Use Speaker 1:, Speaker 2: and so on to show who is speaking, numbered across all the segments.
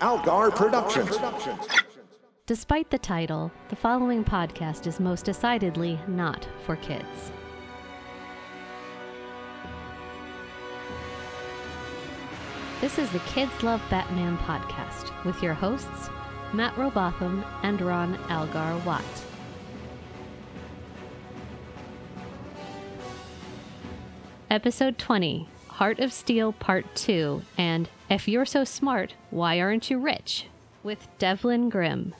Speaker 1: Algar Productions.
Speaker 2: Despite the title, the following podcast is most decidedly not for kids. This is the Kids Love Batman podcast with your hosts, Matt Robotham and Ron Algar Watt. Episode 20 Heart of Steel Part 2 and If You're So Smart, Why Aren't You Rich? with Devlin Grimm.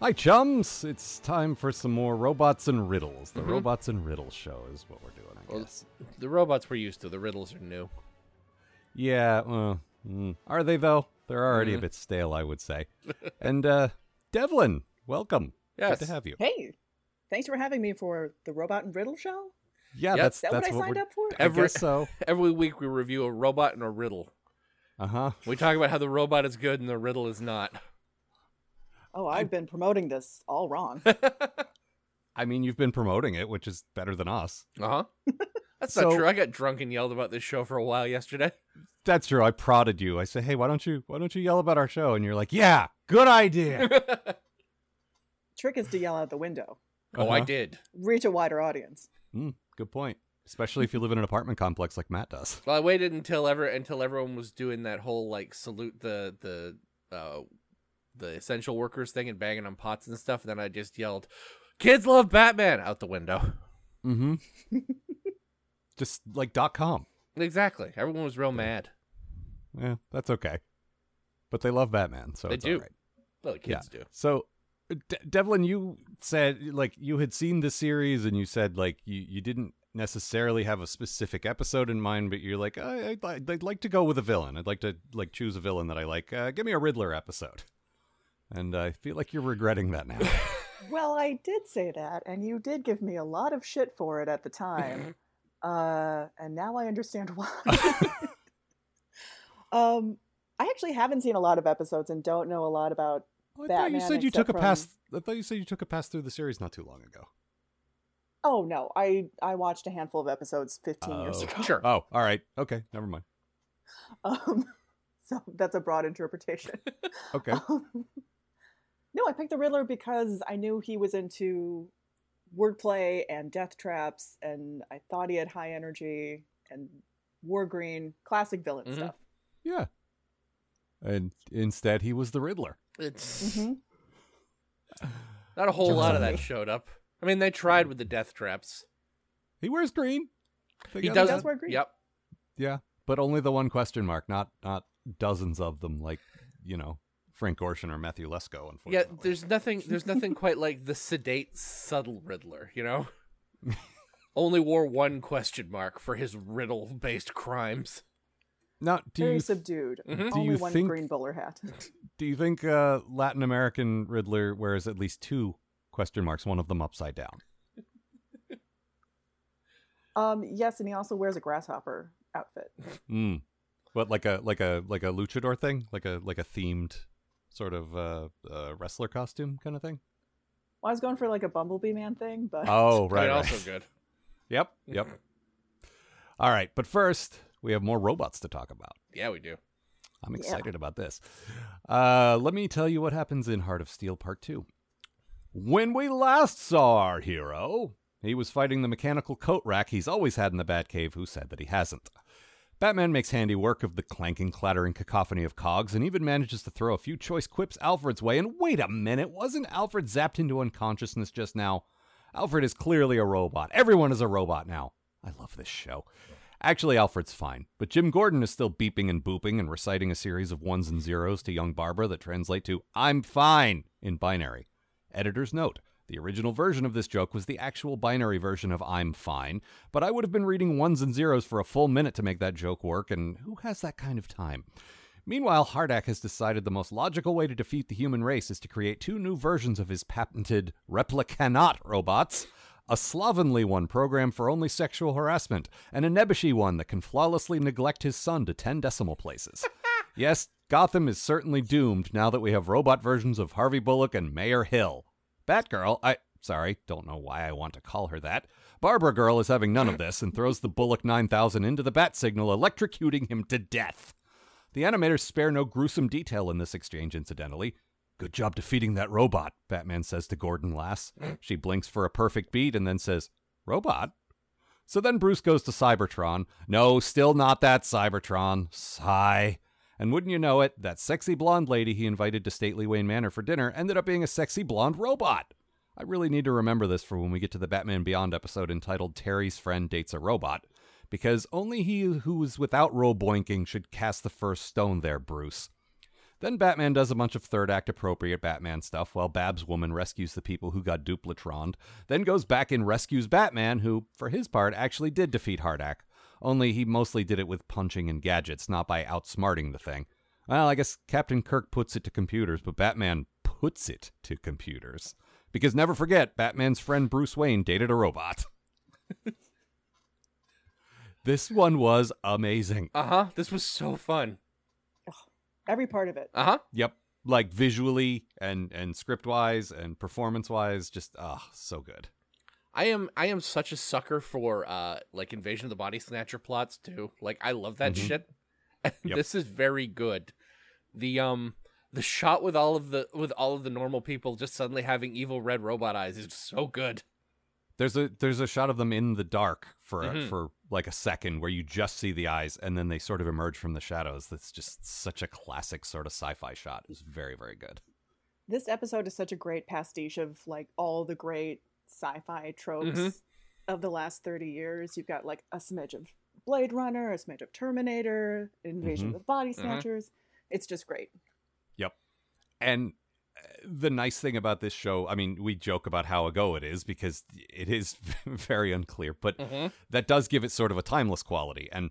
Speaker 3: Hi, chums! It's time for some more robots and riddles.
Speaker 4: Mm-hmm.
Speaker 3: The robots and riddles show is what we're doing, I
Speaker 5: Well,
Speaker 3: guess.
Speaker 5: the robots we're used to. The riddles are new.
Speaker 3: Yeah, uh, mm. are they though? They're already a
Speaker 4: Mm-hmm.
Speaker 3: bit stale, I would say. and uh, Devlin, welcome. Good
Speaker 5: Yes.
Speaker 3: to have you.
Speaker 4: Hey, thanks for having me for the Robot and Riddle show.
Speaker 3: Yeah,
Speaker 5: Yep.
Speaker 3: that's
Speaker 5: Is
Speaker 4: that
Speaker 3: that's
Speaker 4: what I signed
Speaker 3: we're,
Speaker 4: up for?
Speaker 3: I
Speaker 5: Every-
Speaker 3: guess so.
Speaker 5: Every week we review a robot and a riddle.
Speaker 3: Uh huh.
Speaker 5: We talk about how the robot is good and the riddle is not.
Speaker 4: Oh, I've been promoting this all wrong.
Speaker 3: I mean, you've been promoting it, which is better than us.
Speaker 5: Uh huh. That's
Speaker 3: So-
Speaker 5: not true. I got drunk and yelled about this show for a while yesterday.
Speaker 3: That's true. I prodded you. I said, "Hey, why don't you why don't you yell about our show?" And you're like, "Yeah, good idea."
Speaker 4: Trick is to yell out the window,
Speaker 5: Oh, I
Speaker 3: Uh-huh.
Speaker 5: did.
Speaker 4: reach a wider audience.
Speaker 3: Mm, good point. Especially if you live in an apartment complex like Matt does.
Speaker 5: Well, I waited until ever until everyone was doing that whole like salute the the uh the essential workers thing and banging on pots and stuff. And then I just yelled, "Kids love Batman!" out the window.
Speaker 3: Mm-hmm. Just like dot com.
Speaker 5: Exactly. Everyone was real mad.
Speaker 3: Yeah, that's okay. But they love Batman, so
Speaker 5: They
Speaker 3: it's
Speaker 5: do.
Speaker 3: all right.
Speaker 5: Well, the kids do.
Speaker 3: So, uh, De- Devlin, you said like you had seen the series, and you said like you you didn't necessarily have a specific episode in mind, but you're like I, I'd, li- I'd like to go with a villain. I'd like to like choose a villain that I like. Uh, give me a Riddler episode. And I feel like you're regretting that now.
Speaker 4: Well, I did say that, and you did give me a lot of shit for it at the time. uh, and now I understand why. um, I actually haven't seen a lot of episodes and don't know a lot about.
Speaker 3: I thought you
Speaker 4: Batman,
Speaker 3: said you took
Speaker 4: except
Speaker 3: a pass.
Speaker 4: from-
Speaker 3: I thought you said you took a pass through the series not too long ago.
Speaker 4: Oh no, I I watched a handful of episodes 15 years
Speaker 3: Oh.
Speaker 4: ago.
Speaker 5: Sure.
Speaker 3: Oh, all right, okay, never mind.
Speaker 4: Um, so that's a broad interpretation.
Speaker 3: Okay,
Speaker 4: Um, no, I picked the Riddler because I knew he was into wordplay and death traps, and I thought he had high energy and war green, classic villain
Speaker 3: Mm-hmm.
Speaker 5: Mhm.
Speaker 4: stuff.
Speaker 3: yeah. And instead, he was the Riddler.
Speaker 5: It's
Speaker 3: Mm-hmm.
Speaker 4: hmm
Speaker 5: not a whole lot of that
Speaker 3: Johnny.
Speaker 5: showed up. I mean, they tried with the death traps.
Speaker 3: He wears green. They
Speaker 5: He
Speaker 3: got
Speaker 5: does,
Speaker 3: that.
Speaker 4: does wear green.
Speaker 5: Yep.
Speaker 3: Oh, Yeah, but only the one question mark, not not dozens of them like you know Frank Gorshin or Matthew Lesko. Unfortunately,
Speaker 5: Yeah. There's nothing. There's nothing quite like the sedate, subtle Riddler. You know. Only wore one question mark for his riddle-based crimes.
Speaker 3: now do
Speaker 4: Very
Speaker 3: you th-
Speaker 4: subdued.
Speaker 5: Mhm.
Speaker 3: Do
Speaker 4: Only
Speaker 3: you
Speaker 4: one
Speaker 3: think-
Speaker 4: green bowler hat.
Speaker 3: do you think uh, Latin American Riddler wears at least two question marks, one of them upside down?
Speaker 4: um, yes, and he also wears a grasshopper outfit.
Speaker 3: Mm. But like a like a like a luchador thing, like a like a themed sort of uh, uh wrestler costume kind of thing.
Speaker 4: Well, I was going for like a bumblebee man thing, but
Speaker 3: Oh
Speaker 5: I
Speaker 3: right,
Speaker 5: mean,
Speaker 3: right.
Speaker 5: also good.
Speaker 3: yep, yep. All right, but first we have more robots to talk about.
Speaker 5: Yeah, we do.
Speaker 3: I'm
Speaker 4: Yeah.
Speaker 3: excited about this. Uh, let me tell you what happens in Heart of Steel Part 2. When we last saw our hero, he was fighting the mechanical coat rack he's always had in the Batcave, who said that he hasn't. Batman makes handy work of the clanking, clattering cacophony of cogs and even manages to throw a few choice quips Alfred's way. And wait a minute, wasn't Alfred zapped into unconsciousness just now? Alfred is clearly a robot. Everyone is a robot now. I love this show. Actually, Alfred's fine, but Jim Gordon is still beeping and booping and reciting a series of ones and zeros to young Barbara that translate to I'm fine in binary. Editor's note the original version of this joke was the actual binary version of I'm fine, but I would have been reading ones and zeros for a full minute to make that joke work, and who has that kind of time? Meanwhile, Hardak has decided the most logical way to defeat the human race is to create two new versions of his patented Replicanot robots a slovenly one programmed for only sexual harassment, and a Nebushi one that can flawlessly neglect his son to 10 decimal places. yes, Gotham is certainly doomed now that we have robot versions of Harvey Bullock and Mayor Hill. Batgirl, I. Sorry, don't know why I want to call her that. Barbara Girl is having none of this and throws the Bullock 9000 into the bat signal, electrocuting him to death. The animators spare no gruesome detail in this exchange, incidentally. Good job defeating that robot, Batman says to Gordon Lass. She blinks for a perfect beat and then says, Robot? So then Bruce goes to Cybertron. No, still not that Cybertron. Sigh. And wouldn't you know it, that sexy blonde lady he invited to Stately Wayne Manor for dinner ended up being a sexy blonde robot. I really need to remember this for when we get to the Batman Beyond episode entitled Terry's Friend Dates a Robot, because only he who is without roboinking should cast the first stone there, Bruce. Then Batman does a bunch of third act appropriate Batman stuff while Bab's woman rescues the people who got Duplatroned, then goes back and rescues Batman, who, for his part, actually did defeat Hardak. Only he mostly did it with punching and gadgets, not by outsmarting the thing. Well, I guess Captain Kirk puts it to computers, but Batman puts it to computers. Because never forget, Batman's friend Bruce Wayne dated a robot. this one was amazing.
Speaker 5: Uh huh. This was so fun.
Speaker 4: Every part of it.
Speaker 5: Uh huh.
Speaker 3: Yep. Like visually and and script wise and performance wise, just ah, so good.
Speaker 5: I am I am such a sucker for uh like Invasion of the Body Snatcher plots too. Like I love that
Speaker 3: Mhm.
Speaker 5: shit. And
Speaker 3: Yep.
Speaker 5: This is very good. The um the shot with all of the with all of the normal people just suddenly having evil red robot eyes is so good.
Speaker 3: There's a there's a shot of them in the dark for a,
Speaker 5: Mhm.
Speaker 3: for like a second where you just see the eyes and then they sort of emerge from the shadows. That's just such a classic sort of sci-fi shot. It's very very good.
Speaker 4: This episode is such a great pastiche of like all the great sci-fi tropes
Speaker 5: Mhm.
Speaker 4: of the last 30 years. You've got like a smidge of Blade Runner, a smidge of Terminator, Invasion
Speaker 3: Mhm.
Speaker 4: of the Body Snatchers. It's just great.
Speaker 3: And uh, the nice thing about this show, I mean, we joke about how ago it is because it is very unclear, but
Speaker 5: Mm-hmm.
Speaker 3: that does give it sort of a timeless quality and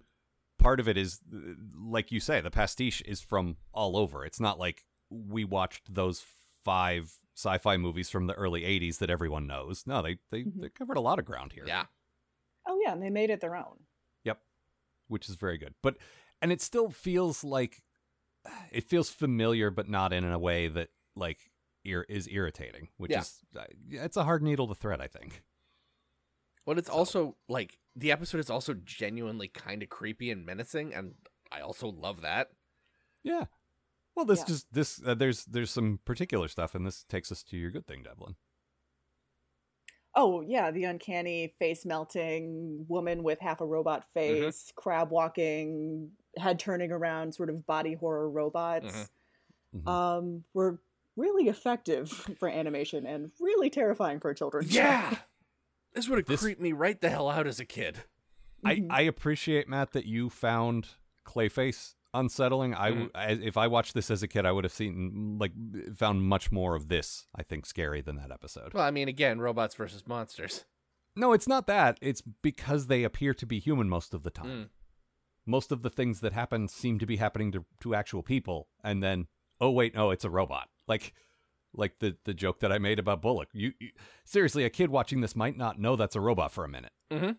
Speaker 3: part of it is uh, like you say the pastiche is from all over it's not like we watched those five sci-fi movies from the early 80s that everyone knows no they they,
Speaker 4: Mhm.
Speaker 3: they covered a lot of ground here
Speaker 5: Yeah.
Speaker 4: Oh yeah, and they made it their own.
Speaker 3: which is very good but and it still feels like it feels familiar but not in a way that like ir- is irritating which
Speaker 5: Yeah.
Speaker 3: is uh, it's a hard needle to thread i think
Speaker 5: But it's also like the episode is also genuinely kind of creepy and menacing and I also love that.
Speaker 3: yeah well this
Speaker 4: Yeah.
Speaker 3: just this uh, there's there's some particular stuff and this takes us to your good thing devlin
Speaker 4: Oh yeah, the uncanny face melting woman with half a robot face, crab walking, head turning around, sort of body horror robots
Speaker 3: Mhm.
Speaker 4: um, were really effective for animation and really terrifying for children.
Speaker 5: Yeah. This would have
Speaker 3: This-
Speaker 5: creeped me right the hell out as a kid.
Speaker 3: I,
Speaker 4: Mhm.
Speaker 3: I appreciate Matt that you found Clayface unsettling. I w-
Speaker 5: Mm-hmm.
Speaker 3: as- if I watched this as a kid, I would have seen like found much more of this. I think scary than that episode.
Speaker 5: Well, I mean again, robots versus monsters.
Speaker 3: No, it's not that. It's because they appear to be human most of the time.
Speaker 5: Mm.
Speaker 3: Most of the things that happen seem to be happening to, to actual people, and then oh wait, no, it's a robot. Like like the the joke that I made about Bullock. You, you seriously, a kid watching this might not know that's a robot for a minute.
Speaker 5: Mhm.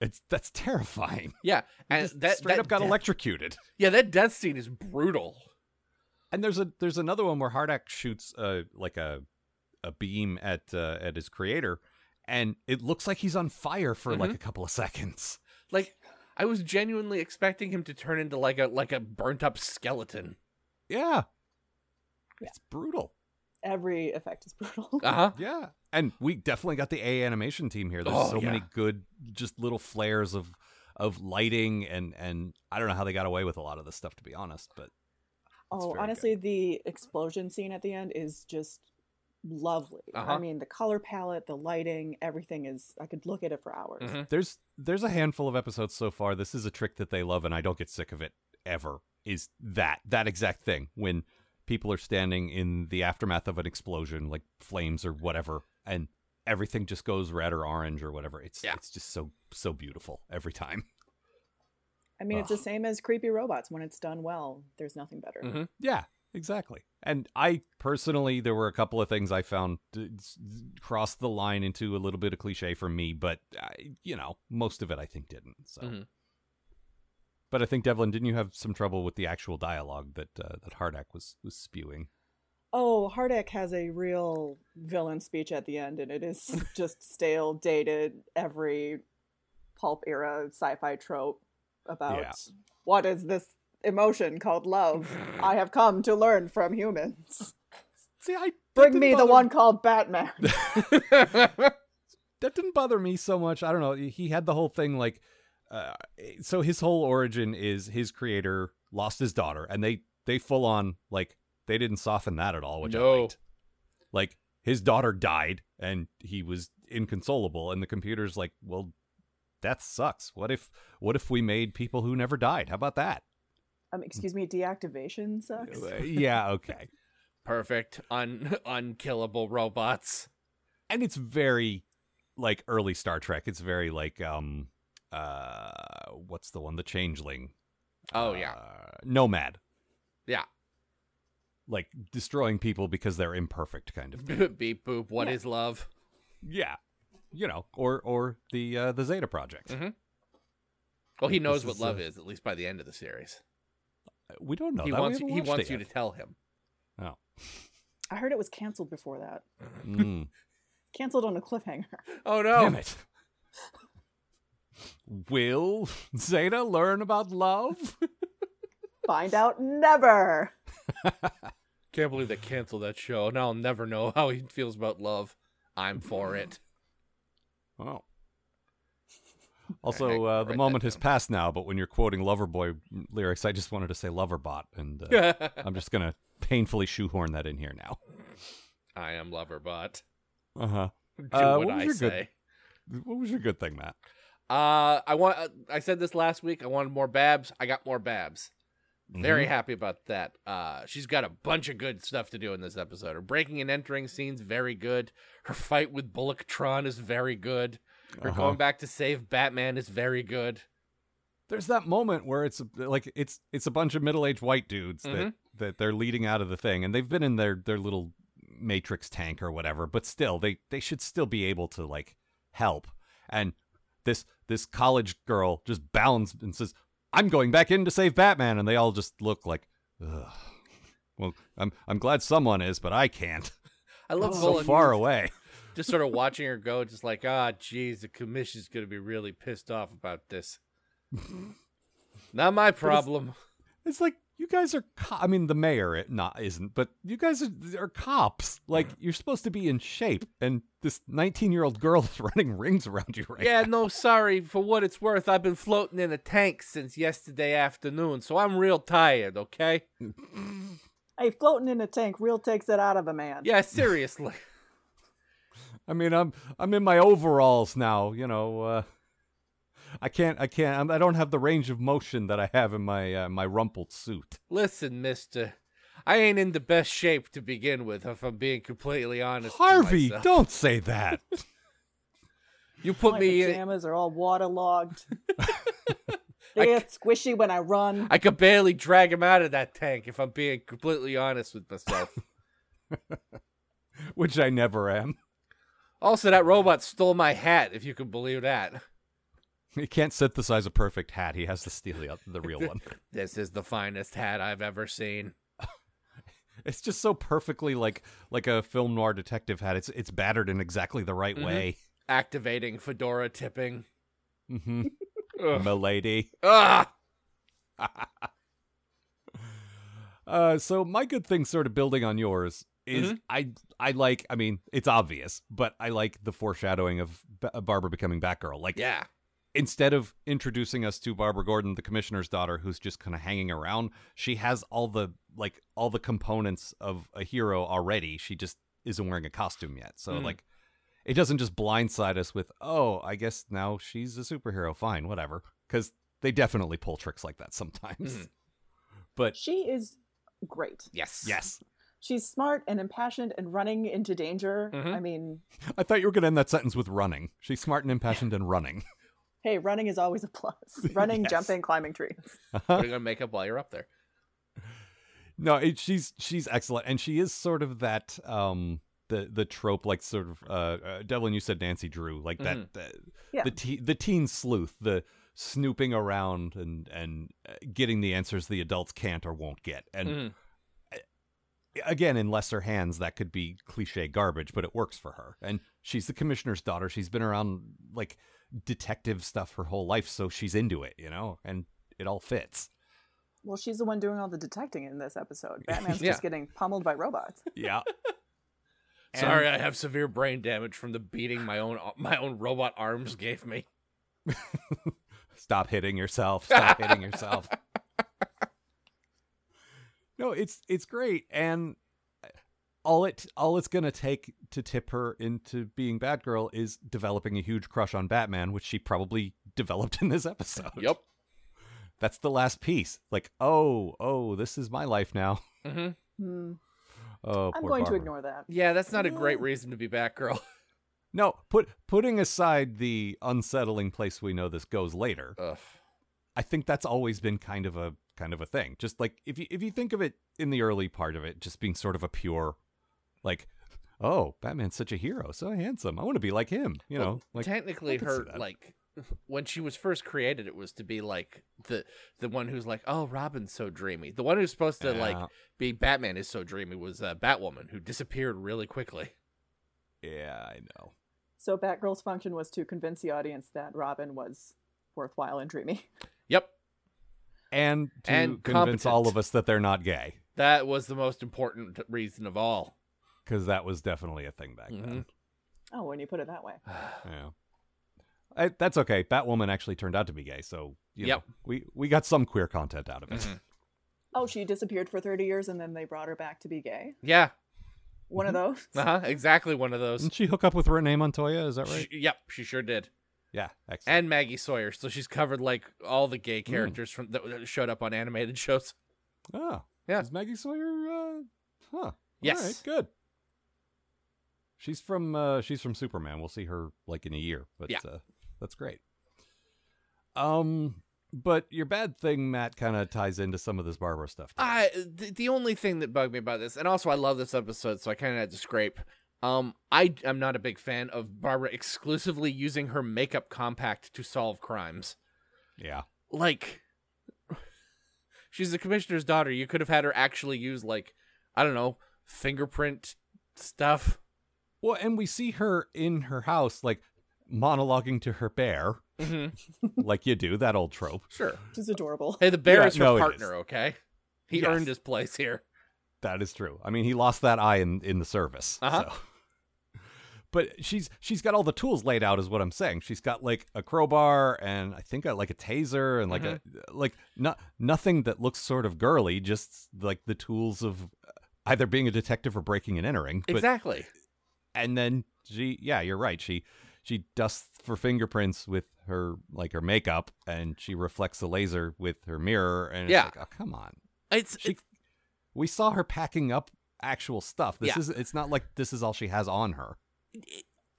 Speaker 3: It's that's terrifying.
Speaker 5: Yeah, and
Speaker 3: Just
Speaker 5: that
Speaker 3: straight
Speaker 5: that
Speaker 3: up got
Speaker 5: death-
Speaker 3: electrocuted.
Speaker 5: Yeah, that death scene is brutal.
Speaker 3: And there's a there's another one where Hardak shoots uh like a a beam at uh, at his creator, and it looks like he's on fire for like
Speaker 5: Mhm.
Speaker 3: a couple of seconds.
Speaker 5: Like I was genuinely expecting him to turn into like a like a burnt up skeleton.
Speaker 3: Yeah,
Speaker 4: Yeah.
Speaker 3: it's brutal.
Speaker 4: Every effect is brutal.
Speaker 3: Ah,
Speaker 5: Uh huh.
Speaker 3: Yeah, and we definitely got the A animation team here. There's
Speaker 5: Oh,
Speaker 3: so many
Speaker 5: yeah.
Speaker 3: good just little flares of of lighting and and I don't know how they got away with a lot of this stuff to be honest, but
Speaker 4: oh,
Speaker 3: very good.
Speaker 4: honestly, the explosion scene at the end is just lovely.
Speaker 5: Uh-huh.
Speaker 4: I mean, the color palette, the lighting, everything is. I could look at it for hours.
Speaker 5: Mhm.
Speaker 3: there's there's a handful of episodes so far this is a trick that they love and i don't get sick of it ever is that that exact thing when people are standing in the aftermath of an explosion like flames or whatever and everything just goes red or orange or whatever it's
Speaker 5: Yeah.
Speaker 3: it's just so so beautiful every time
Speaker 4: I mean, it's the
Speaker 3: Ugh. Mm-hmm.
Speaker 4: same as creepy robots. When it's done well, there's nothing better.
Speaker 5: Mhm.
Speaker 3: yeah exactly and i personally there were a couple of things i found d- s- crossed the line into a little bit of cliche for me but I, you know most of it i think didn't so
Speaker 4: Mm-hmm.
Speaker 5: Mhm.
Speaker 3: But I think Devlin, didn't you have some trouble with the actual dialogue that uh, that Hardak was was spewing?
Speaker 4: Oh, Hardak has a real villain speech at the end, and it is just stale, dated, every pulp era sci fi trope about
Speaker 3: Yeah.
Speaker 4: what is this emotion called love. I have come to learn from humans.
Speaker 3: See, I that
Speaker 4: Bring
Speaker 3: didn't
Speaker 4: me the
Speaker 3: bother-
Speaker 4: one called Batman.
Speaker 3: that didn't bother me so much. I don't know. He had the whole thing like, uh, so his whole origin is his creator lost his daughter, and they they full on like they didn't soften that at all, which I
Speaker 5: No.
Speaker 3: liked. Like his daughter died, and he was inconsolable, and the computer's like, well, that sucks. What if what if we made people who never died? How about that?
Speaker 4: Um, excuse me, deactivation sucks.
Speaker 3: Uh, yeah, okay.
Speaker 5: Perfect, un unkillable robots.
Speaker 3: and it's very like early Star Trek. It's very like um uh what's the one? The Changeling.
Speaker 5: Oh yeah,
Speaker 3: Uh, Nomad.
Speaker 5: Yeah.
Speaker 3: Like destroying people because they're imperfect kind of thing.
Speaker 5: beep boop. What is
Speaker 4: Yeah.
Speaker 5: love?
Speaker 3: yeah. You know, or or the uh, the Zeta project.
Speaker 5: Mhm. Well, he
Speaker 3: This
Speaker 5: knows what
Speaker 3: is,
Speaker 5: love
Speaker 3: uh,
Speaker 5: is, at least by the end of the series.
Speaker 3: We don't know.
Speaker 5: he
Speaker 3: that.
Speaker 5: wants
Speaker 3: we
Speaker 5: he wants you to tell him.
Speaker 4: I heard it was canceled before that.
Speaker 3: to Oh. mm.
Speaker 4: Canceled on a cliffhanger.
Speaker 5: Oh
Speaker 3: Damn
Speaker 5: no!
Speaker 3: it. Will Zeta learn about love?
Speaker 4: Find out never.
Speaker 5: Can't believe they canceled that show, and I'll never know how he feels about love. I'm for it.
Speaker 3: Oh.
Speaker 5: I
Speaker 3: Also, uh,
Speaker 5: can write
Speaker 3: the
Speaker 5: that
Speaker 3: moment has
Speaker 5: down.
Speaker 3: passed now, but when you're quoting Loverboy lyrics, I just wanted to say Loverbot, and uh,
Speaker 5: I
Speaker 3: I'm just going to painfully shoehorn that in here now.
Speaker 5: am Loverbot.
Speaker 3: Uh-huh.
Speaker 5: Do
Speaker 3: Uh,
Speaker 5: what,
Speaker 3: what was
Speaker 5: I
Speaker 3: your
Speaker 5: say.
Speaker 3: good- What was your good thing, Matt?
Speaker 5: Uh, I want. uh, I said this last week. I wanted more Babs. I got more Babs. Very
Speaker 3: Mm-hmm.
Speaker 5: happy about that. Uh, she's got a bunch of good stuff to do in this episode. Her breaking and entering scenes very good. Her fight with Bullock-tron is very good. Her
Speaker 3: Uh-huh.
Speaker 5: going back to save Batman is very good.
Speaker 3: There's that moment where it's like it's it's a bunch of middle-aged white dudes that
Speaker 5: Mhm.
Speaker 3: that they're leading out of the thing, and they've been in their their little matrix tank or whatever, but still they they should still be able to like help. And this this college girl just bounds and says, "I'm going back in to save Batman," and they all just look like, Ugh. "Well, I'm I'm glad someone is, but I can't.
Speaker 5: I love
Speaker 3: It's so
Speaker 5: Bullock
Speaker 3: far away."
Speaker 5: just sort of watching her go, just like ah, geez, the commission's gonna be really pissed off about this. Not my problem.
Speaker 3: It's like you guys are. Co- I mean, the mayor it not isn't, but you guys are, are cops. Like you're supposed to be in shape, and this 19 year old girl is running rings around you right
Speaker 5: Yeah, no, sorry. For what it's worth, I've been floating in a tank since yesterday afternoon, so I'm real tired, okay?
Speaker 4: Hey, floating in a tank, real takes it out of a man.
Speaker 5: Yeah, seriously.
Speaker 3: I mean, I'm I'm in my overalls now. You know, uh, I can't I can't I'm, I don't have the range of motion that I have in my uh, my rumpled suit.
Speaker 5: Listen, mister, I ain't in the best shape to begin with, if I'm being completely honest. with
Speaker 3: Harvey,
Speaker 5: myself.
Speaker 3: don't say that.
Speaker 5: You put
Speaker 4: My
Speaker 5: me in.
Speaker 4: pajamas are all waterlogged. they get squishy when I run.
Speaker 5: I could barely drag him out of that tank, if I'm being completely honest with myself.
Speaker 3: Which I never am.
Speaker 5: also, that robot stole my hat, if you can believe that.
Speaker 3: He can't synthesize a perfect hat. He has to steal the, the real one.
Speaker 5: This is the finest hat I've ever seen.
Speaker 3: It's just so perfectly like like a film noir detective hat. It's it's battered in exactly the right
Speaker 5: Mhm.
Speaker 3: way.
Speaker 5: Activating fedora tipping.
Speaker 3: Mm-hmm.
Speaker 5: Ugh.
Speaker 3: Milady.
Speaker 5: Ah!
Speaker 3: Uh, so my good thing, sort of building on yours, is I I like. I mean, it's obvious, but I like the foreshadowing of B- Barbara becoming Batgirl. Like,
Speaker 5: Yeah.
Speaker 3: instead of introducing us to Barbara Gordon, the commissioner's daughter, who's just kind of hanging around, she has all the like all the components of a hero already. She just isn't wearing a costume yet. So
Speaker 5: Mm.
Speaker 3: like it doesn't just blindside us with, "Oh, I guess now she's a superhero." Fine, whatever. Cuz they definitely pull tricks like that sometimes.
Speaker 5: Mm.
Speaker 3: But
Speaker 4: She is great.
Speaker 5: Yes.
Speaker 3: yes.
Speaker 4: She's smart and impassioned and running into danger.
Speaker 5: Mhm.
Speaker 4: I mean,
Speaker 3: I thought you were going to end that sentence with running. She's smart and impassioned and running.
Speaker 4: hey, running is always a plus. Running,
Speaker 3: Yes.
Speaker 4: jumping, climbing trees.
Speaker 5: Putting on makeup while you're up there.
Speaker 3: No, it, she's she's excellent, and she is sort of that um the the trope like sort of uh, uh Devlin, you said Nancy Drew like that the
Speaker 4: Yeah.
Speaker 3: the, te- the teen sleuth the snooping around and and uh, getting the answers the adults can't or won't get and
Speaker 5: Mhm.
Speaker 3: again in lesser hands that could be cliche garbage but it works for her and she's the commissioner's daughter she's been around like detective stuff her whole life so she's into it you know and it all fits
Speaker 4: Well, she's the one doing all the detecting in this episode. Batman's
Speaker 5: Yeah.
Speaker 4: just getting pummeled by robots.
Speaker 3: Yeah. And-
Speaker 5: Sorry, I have severe brain damage from the beating my own uh, my own robot arms gave me.
Speaker 3: Stop hitting yourself. Stop hitting yourself. No, it's it's great, and all it all it's gonna take to tip her into being Batgirl is developing a huge crush on Batman, which she probably developed in this episode.
Speaker 5: Yep.
Speaker 3: That's the last piece. Like, oh, oh, this is my life now.
Speaker 5: hmm
Speaker 4: Hmm.
Speaker 3: Oh,
Speaker 4: I'm
Speaker 3: poor
Speaker 4: going
Speaker 3: Barbara.
Speaker 4: to ignore that.
Speaker 5: Yeah, that's not a great
Speaker 4: Yeah.
Speaker 5: reason to be Batgirl.
Speaker 3: No, put putting aside the unsettling place we know this goes later.
Speaker 5: Ugh.
Speaker 3: I think that's always been kind of a kind of a thing. Just like if you if you think of it in the early part of it, just being sort of a pure, like, oh, Batman's such a hero, so handsome. I want to be like him. You
Speaker 5: Well,
Speaker 3: know, like
Speaker 5: technically
Speaker 3: I could
Speaker 5: her
Speaker 3: see that.
Speaker 5: like when she was first created it was to be like the the one who's like oh robin's so dreamy the one who's supposed to
Speaker 3: Yeah.
Speaker 5: like be batman is so dreamy was uh, batwoman who disappeared really quickly
Speaker 3: yeah, I know.
Speaker 4: So Batgirl's function was to convince the audience that Robin was worthwhile and dreamy.
Speaker 5: yep
Speaker 3: And to
Speaker 5: And
Speaker 3: convince all
Speaker 5: competent.
Speaker 3: of us that they're not gay,
Speaker 5: that was the most important reason of all
Speaker 3: because that was definitely a thing back then.
Speaker 4: Oh, when you put it that way.
Speaker 5: Mm-hmm.
Speaker 3: Yeah. I, that's okay. Batwoman actually turned out to be gay, so you
Speaker 5: Yep.
Speaker 3: know, we we got some queer content out of it.
Speaker 5: Mhm.
Speaker 4: Oh, she disappeared for 30 years and then they brought her back to be gay.
Speaker 5: yeah
Speaker 4: One of
Speaker 3: Mm-hmm.
Speaker 4: those.
Speaker 5: uh-huh exactly one of those
Speaker 3: Didn't she hook up with Renee Montoya? Is that right?
Speaker 5: She- yep she sure did
Speaker 3: yeah, excellent.
Speaker 5: and maggie sawyer so she's covered like all the gay characters from that- that showed up on animated shows
Speaker 3: oh,
Speaker 5: Yeah.
Speaker 3: Is Maggie Sawyer? Uh, huh.
Speaker 5: Yes.
Speaker 3: All right, good. She's from uh, she's from Superman. We'll see her like in a year, but
Speaker 5: Yeah.
Speaker 3: uh, that's great. Um, but your bad thing, Matt, kind of ties into some of this Barbara stuff. too.
Speaker 5: I the, the only thing that bugged me about this, and also I love this episode, so I kind of had to scrape. Um, I am not a big fan of Barbara exclusively using her makeup compact to solve crimes.
Speaker 3: yeah,
Speaker 5: Like, she's the commissioner's daughter. You could have had her actually use like, I don't know, fingerprint stuff.
Speaker 3: Well, and we see her in her house, like monologuing to her bear,
Speaker 5: Mm-hmm.
Speaker 3: like you do, that old trope.
Speaker 5: Sure.
Speaker 4: She's adorable.
Speaker 5: Hey, the bear
Speaker 3: Yeah,
Speaker 5: is her
Speaker 3: no, it
Speaker 5: partner. Okay, he
Speaker 3: Yes.
Speaker 5: earned his place here.
Speaker 3: That is true. I mean, he lost that eye in, in the service.
Speaker 5: Uh-huh.
Speaker 3: so. But she's she's got all the tools laid out, is what I'm saying. She's got like a crowbar and I think a, like a taser and like a
Speaker 5: Mm-hmm.
Speaker 3: like not nothing that looks sort of girly, just like the tools of uh, either being a detective or breaking and entering. But
Speaker 5: exactly.
Speaker 3: and then she yeah you're right she she dusts for fingerprints with her like her makeup and she reflects the laser with her mirror and it's
Speaker 5: Yeah.
Speaker 3: like, oh, come on
Speaker 5: It's,
Speaker 3: She-
Speaker 5: it's
Speaker 3: we saw her packing up actual stuff this
Speaker 5: Yeah.
Speaker 3: is it's not like this is all she has on her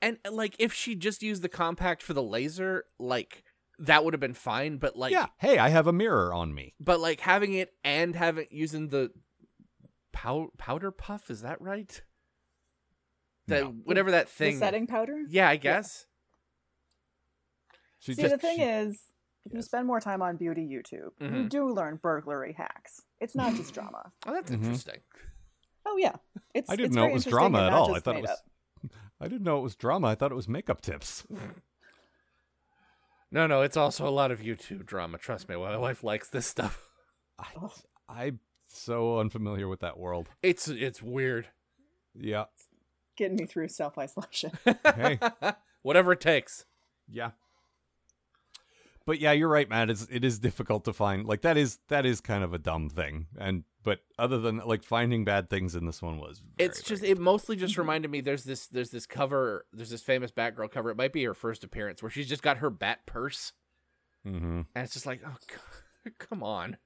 Speaker 5: and uh, like if she just used the compact for the laser like that would have been fine but like
Speaker 3: yeah hey i have a mirror on me
Speaker 5: but like having it and having using the pow- powder puff is that right the
Speaker 3: No.
Speaker 5: whatever that thing
Speaker 4: The setting powder?
Speaker 5: yeah i guess
Speaker 3: she
Speaker 4: See,
Speaker 3: just
Speaker 4: the thing
Speaker 3: she-
Speaker 4: is, if
Speaker 3: Yes.
Speaker 4: you
Speaker 3: Mm-hmm.
Speaker 4: spend more time on beauty YouTube, you
Speaker 5: Mhm.
Speaker 4: do learn burglary hacks. It's not just drama.
Speaker 5: oh that's
Speaker 3: Mhm.
Speaker 5: interesting
Speaker 4: Oh yeah, it's.
Speaker 3: i didn't
Speaker 4: it's
Speaker 3: know
Speaker 4: very
Speaker 3: it was
Speaker 4: interesting
Speaker 3: drama
Speaker 4: and
Speaker 3: at
Speaker 4: not
Speaker 3: all i
Speaker 4: just
Speaker 3: thought it
Speaker 4: made
Speaker 3: was
Speaker 4: up.
Speaker 3: i didn't know it was drama i thought it was makeup tips
Speaker 5: no no it's also a lot of youtube drama trust me my wife likes this stuff
Speaker 3: I,
Speaker 4: Ugh.
Speaker 3: i'm so unfamiliar with that world
Speaker 5: it's it's weird
Speaker 3: yeah
Speaker 4: getting me through self isolation.
Speaker 3: Hey.
Speaker 5: whatever it takes
Speaker 3: Yeah. But yeah, you're right, Matt. It's it is difficult to find like that is that is kind of a dumb thing. And but other than like finding bad things in this one was very,
Speaker 5: it's just
Speaker 3: very-
Speaker 5: it mostly just reminded me there's this there's this cover there's this famous Batgirl cover it might be her first appearance where she's just got her bat purse
Speaker 3: Mhm.
Speaker 5: and it's just like oh c- come on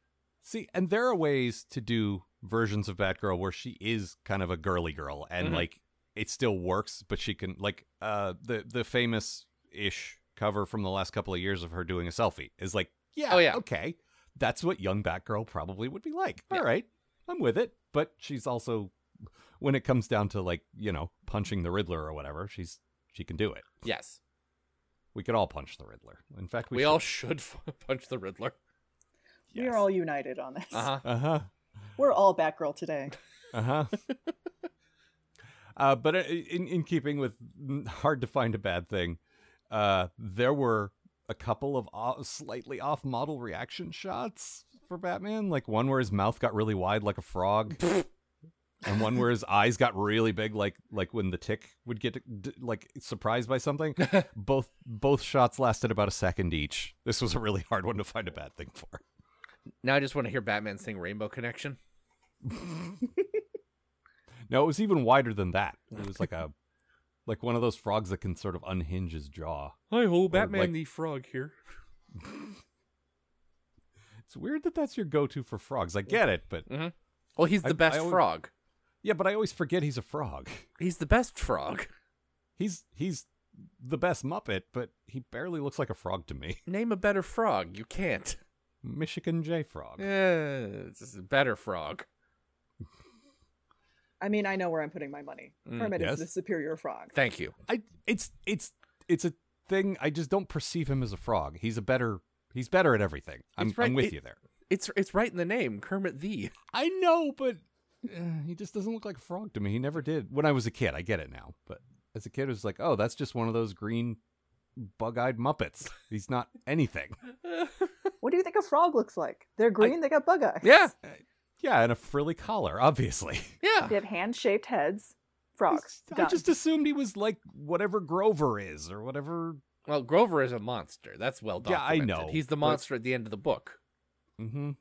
Speaker 3: see, and there are ways to do versions of Batgirl where she is kind of a girly girl and
Speaker 5: Mhm.
Speaker 3: like it still works, but she can like uh the the famous ish cover from the last couple of years of her doing a selfie is like yeah,
Speaker 5: Oh, yeah.
Speaker 3: okay, that's what young Batgirl probably would be like. All
Speaker 5: Yeah.
Speaker 3: right, I'm with it. But she's also, when it comes down to like you know punching the Riddler or whatever, she's she can do it.
Speaker 5: yes
Speaker 3: We could all punch the Riddler. In fact, we,
Speaker 5: we, all should f- punch the Riddler
Speaker 4: We are all united on this.
Speaker 5: uh huh
Speaker 3: Uh huh.
Speaker 4: We're all Batgirl today.
Speaker 3: Uh-huh. uh But i- in in keeping with n- hard to find a bad thing, uh, there were a couple of o- slightly off model reaction shots for Batman? Like one where his mouth got really wide like a frog, and one where his eyes got really big, like like when the Tick would get d- like surprised by something. both both shots lasted about a second each. This was a really hard one to find a bad thing for.
Speaker 5: Now I just want to hear Batman sing Rainbow Connection.
Speaker 3: No, it was even wider than that. It was like a like one of those frogs that can sort of unhinge his jaw.
Speaker 5: Hi ho,
Speaker 3: Batman like-
Speaker 5: the frog here.
Speaker 3: It's weird that that's your go-to for frogs. I get it, but
Speaker 5: Well, he's the
Speaker 3: I-
Speaker 5: best
Speaker 3: I always-
Speaker 5: frog.
Speaker 3: yeah, but I always forget he's a frog.
Speaker 5: He's the best frog.
Speaker 3: He's he's the best Muppet, but he barely looks like a frog to me.
Speaker 5: Name a better frog. You can't.
Speaker 3: Michigan J Frog.
Speaker 5: Yeah, it's just a better frog.
Speaker 4: I mean, I know where I'm putting my money.
Speaker 5: Mm,
Speaker 4: Kermit
Speaker 3: yes.
Speaker 4: is the superior frog.
Speaker 5: Thank you.
Speaker 3: I it's it's it's a thing. I just don't perceive him as a frog. He's a better he's better at everything. I'm
Speaker 5: It's right,
Speaker 3: I'm with
Speaker 5: it-
Speaker 3: you there.
Speaker 5: It's it's right in the name, Kermit the.
Speaker 3: I know, but uh, he just doesn't look like a frog to me. He never did when I was a kid. I get it now, but as a kid, it was like, oh, that's just one of those green bug-eyed Muppets. He's not anything.
Speaker 4: What do you think a frog looks like? They're green. they got bug eyes.
Speaker 5: yeah,
Speaker 3: Yeah, and a frilly collar, obviously.
Speaker 5: yeah.
Speaker 4: They have hand-shaped heads. Frogs.
Speaker 3: I
Speaker 4: Done.
Speaker 3: just assumed he was like whatever Grover is or whatever.
Speaker 5: Well, Grover is a monster. That's well
Speaker 3: Yeah, I
Speaker 5: documented.
Speaker 3: know,
Speaker 5: He's the
Speaker 3: but-
Speaker 5: monster at the end of the book.
Speaker 3: Mm-hmm.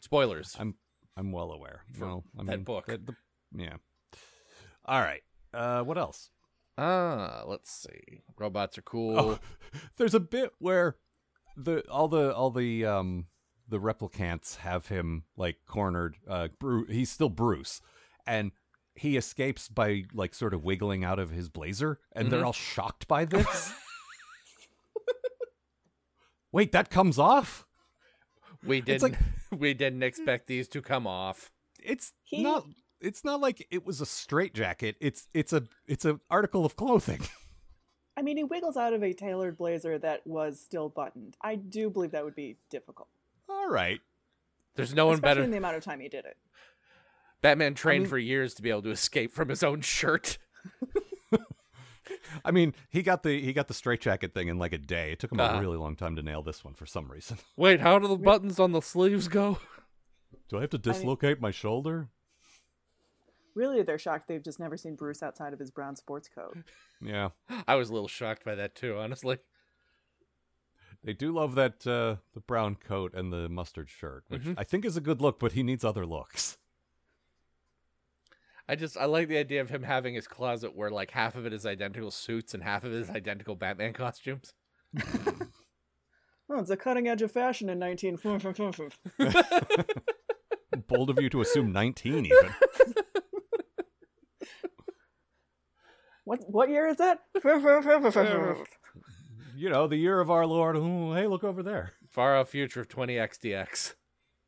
Speaker 5: Spoilers.
Speaker 3: I'm I'm well aware.
Speaker 5: For
Speaker 3: Well, I
Speaker 5: that
Speaker 3: mean,
Speaker 5: book.
Speaker 3: that- the- yeah. All right. Uh, what else?
Speaker 5: Ah, let's see. Robots are cool.
Speaker 3: Oh, there's a bit where the all the all the um the replicants have him like cornered. Uh, Bru- he's still Bruce, and he escapes by like sort of wiggling out of his blazer, and they're
Speaker 5: Mhm.
Speaker 3: all shocked by this. Wait, that comes off.
Speaker 5: we
Speaker 3: it's
Speaker 5: didn't.
Speaker 3: like-
Speaker 5: we didn't expect these to come off.
Speaker 3: It's
Speaker 4: He-
Speaker 3: not. It's not like it was a straitjacket. It's it's a it's an article of clothing.
Speaker 4: I mean, he wiggles out of a tailored blazer that was still buttoned. I do believe that would be difficult,
Speaker 3: All right.
Speaker 5: There's no one
Speaker 4: especially
Speaker 5: better.
Speaker 4: in the amount of time he did it.
Speaker 5: Batman trained
Speaker 3: mean-
Speaker 5: for years to be able to escape from his own shirt.
Speaker 3: I mean, he got the he got the straitjacket thing in like a day. It took him
Speaker 5: Ah.
Speaker 3: a really long time to nail this one for some reason.
Speaker 5: Wait, how do the buttons on the sleeves go?
Speaker 3: Do I have to dislocate my shoulder?
Speaker 4: Really, they're shocked they've just never seen Bruce outside of his brown sports coat.
Speaker 3: Yeah,
Speaker 5: I was a little shocked by that too, honestly.
Speaker 3: they do love that uh, the brown coat and the mustard shirt, which
Speaker 5: Mhm.
Speaker 3: I think is a good look, but he needs other looks.
Speaker 5: I just I like the idea of him having his closet where like half of it is identical suits and half of it is identical Batman costumes.
Speaker 4: Oh, it's a cutting edge of fashion in 19.
Speaker 3: Bold of you to assume nineteen, even.
Speaker 4: what what year is that?
Speaker 3: you know, the year of our Lord. Ooh, hey, look over there.
Speaker 5: Far off future of 20XDX.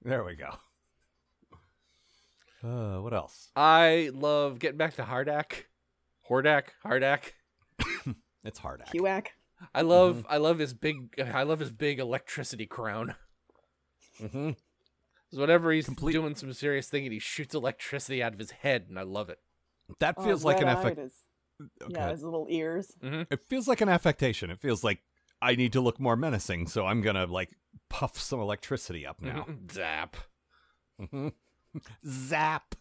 Speaker 3: There we go. Uh, what else?
Speaker 5: I love getting back to Hardak. Hordak, Hardak.
Speaker 3: It's hard. act.
Speaker 4: QAC.
Speaker 5: I love
Speaker 3: Mm-hmm.
Speaker 5: I love his big I love his big electricity crown.
Speaker 3: Mhm.
Speaker 5: 'Cause whenever he's
Speaker 3: Complete-
Speaker 5: doing some serious thing and he shoots electricity out of his head and I love it.
Speaker 3: That
Speaker 4: Oh,
Speaker 3: feels like an
Speaker 4: red-eyed
Speaker 3: affect.
Speaker 4: is-
Speaker 3: okay.
Speaker 4: Yeah, his little ears.
Speaker 3: It feels like an affectation. It feels like I need to look more menacing, so I'm gonna like puff some electricity up now.
Speaker 5: Zap.
Speaker 3: Mhm. Zap.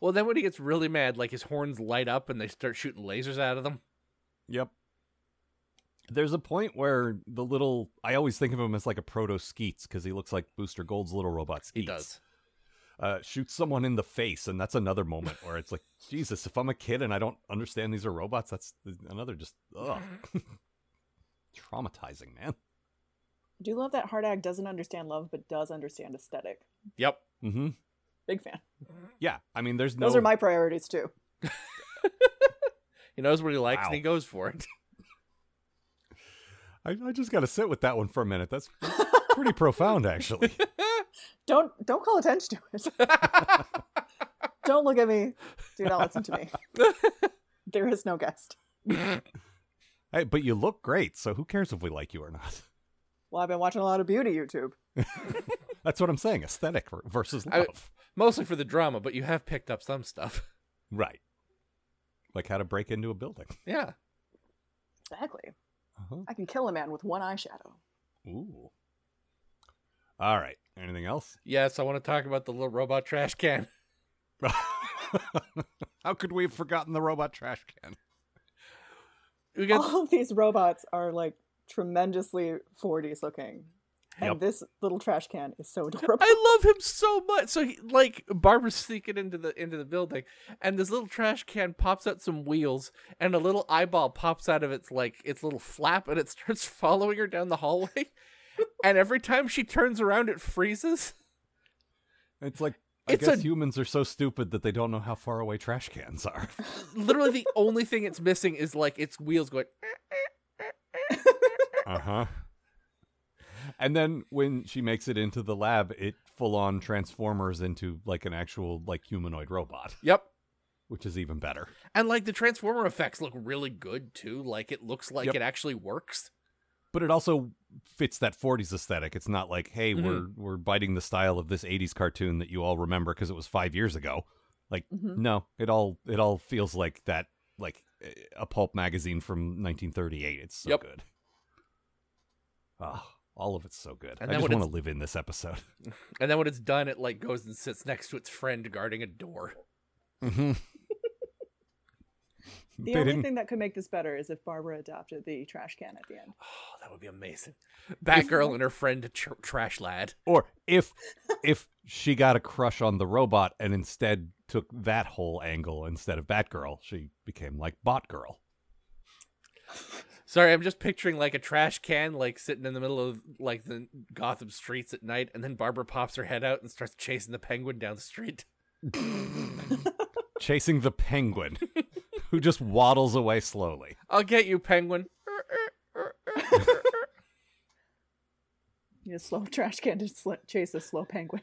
Speaker 5: Well then when he gets really mad, like his horns light up and they start shooting lasers out of them.
Speaker 3: Yep. There's a point where the little I always think of him as like a proto Skeets because he looks like Booster Gold's little robot
Speaker 5: He
Speaker 3: Skeets.
Speaker 5: does.
Speaker 3: Uh, shoots someone in the face, and that's another moment where it's like, Jesus, if I'm a kid and I don't understand these are robots, that's another just ugh. traumatizing, man.
Speaker 4: I Do love that Hardag doesn't understand love, but does understand aesthetic.
Speaker 5: Yep.
Speaker 3: Mm-hmm.
Speaker 4: Big fan.
Speaker 3: Yeah, I mean, there's no.
Speaker 4: Those are my priorities too.
Speaker 5: He knows what he likes
Speaker 3: Wow.
Speaker 5: and he goes for it.
Speaker 3: I, I just got to sit with that one for a minute. That's pretty profound, actually.
Speaker 4: Don't don't call attention to it. don't look at me. Do not listen to me. there is no guest.
Speaker 3: Hey, but you look great, so who cares if we like you or not?
Speaker 4: Well, I've been watching a lot of beauty YouTube.
Speaker 3: That's what I'm saying. Aesthetic versus
Speaker 5: I-
Speaker 3: love.
Speaker 5: Mostly for the drama, but you have picked up some stuff.
Speaker 3: Right. Like how to break into a building.
Speaker 5: Yeah.
Speaker 4: Exactly.
Speaker 3: Uh-huh.
Speaker 4: I can kill a man with one eyeshadow.
Speaker 3: Ooh. All right. Anything else?
Speaker 5: Yes, I want to talk about the little robot trash can.
Speaker 3: How could we have forgotten the robot trash can?
Speaker 5: We got
Speaker 4: All of these robots are like tremendously 40s looking.
Speaker 3: Yep.
Speaker 4: And this little trash can is so adorable.
Speaker 5: I love him so much. So he, like Barbara's sneaking into the into the building, and this little trash can pops out some wheels, and a little eyeball pops out of its like its little flap, and it starts following her down the hallway. and every time she turns around, it freezes.
Speaker 3: It's like I
Speaker 5: It's
Speaker 3: guess
Speaker 5: a-
Speaker 3: humans are so stupid that they don't know how far away trash cans are.
Speaker 5: Literally, the only thing it's missing is like its wheels going.
Speaker 3: Uh huh. And then when she makes it into the lab, it full on transformers into like an actual like humanoid robot,
Speaker 5: Yep.
Speaker 3: which is even better.
Speaker 5: And like the transformer effects look really good too. Like it looks like
Speaker 3: Yep.
Speaker 5: it actually works.
Speaker 3: But it also fits that 40s aesthetic. It's not like, hey,
Speaker 5: Mm-hmm.
Speaker 3: we're we're biting the style of this 80s cartoon that you all remember because it was 5 years ago.
Speaker 5: Mm-hmm.
Speaker 4: Mhm.
Speaker 3: No, it all it all feels like that like eh, a pulp magazine from 1938. It's so
Speaker 5: Yep.
Speaker 3: good. Oh, all of it's so good.
Speaker 5: And
Speaker 3: I
Speaker 5: then
Speaker 3: just
Speaker 5: when
Speaker 3: want to live
Speaker 5: it's-
Speaker 3: in this episode.
Speaker 5: And then when it's done, it like goes and sits next to its friend guarding a door.
Speaker 3: They
Speaker 4: The only
Speaker 3: didn't-
Speaker 4: thing that could make this better is if Barbara adopted the trash can at the end.
Speaker 5: Oh, that would be amazing. Batgirl and her friend tr- Trash Lad.
Speaker 3: or if if she got a crush on the robot and instead took that whole angle instead of Batgirl, she became like Botgirl.
Speaker 5: Sorry, I'm just picturing like a trash can like sitting in the middle of like the Gotham streets at night, and then Barbara pops her head out and starts chasing the penguin down the street.
Speaker 3: Chasing the penguin who just waddles away slowly.
Speaker 5: I'll get you, penguin.
Speaker 4: You know, slow trash can to sl- chase a slow penguin.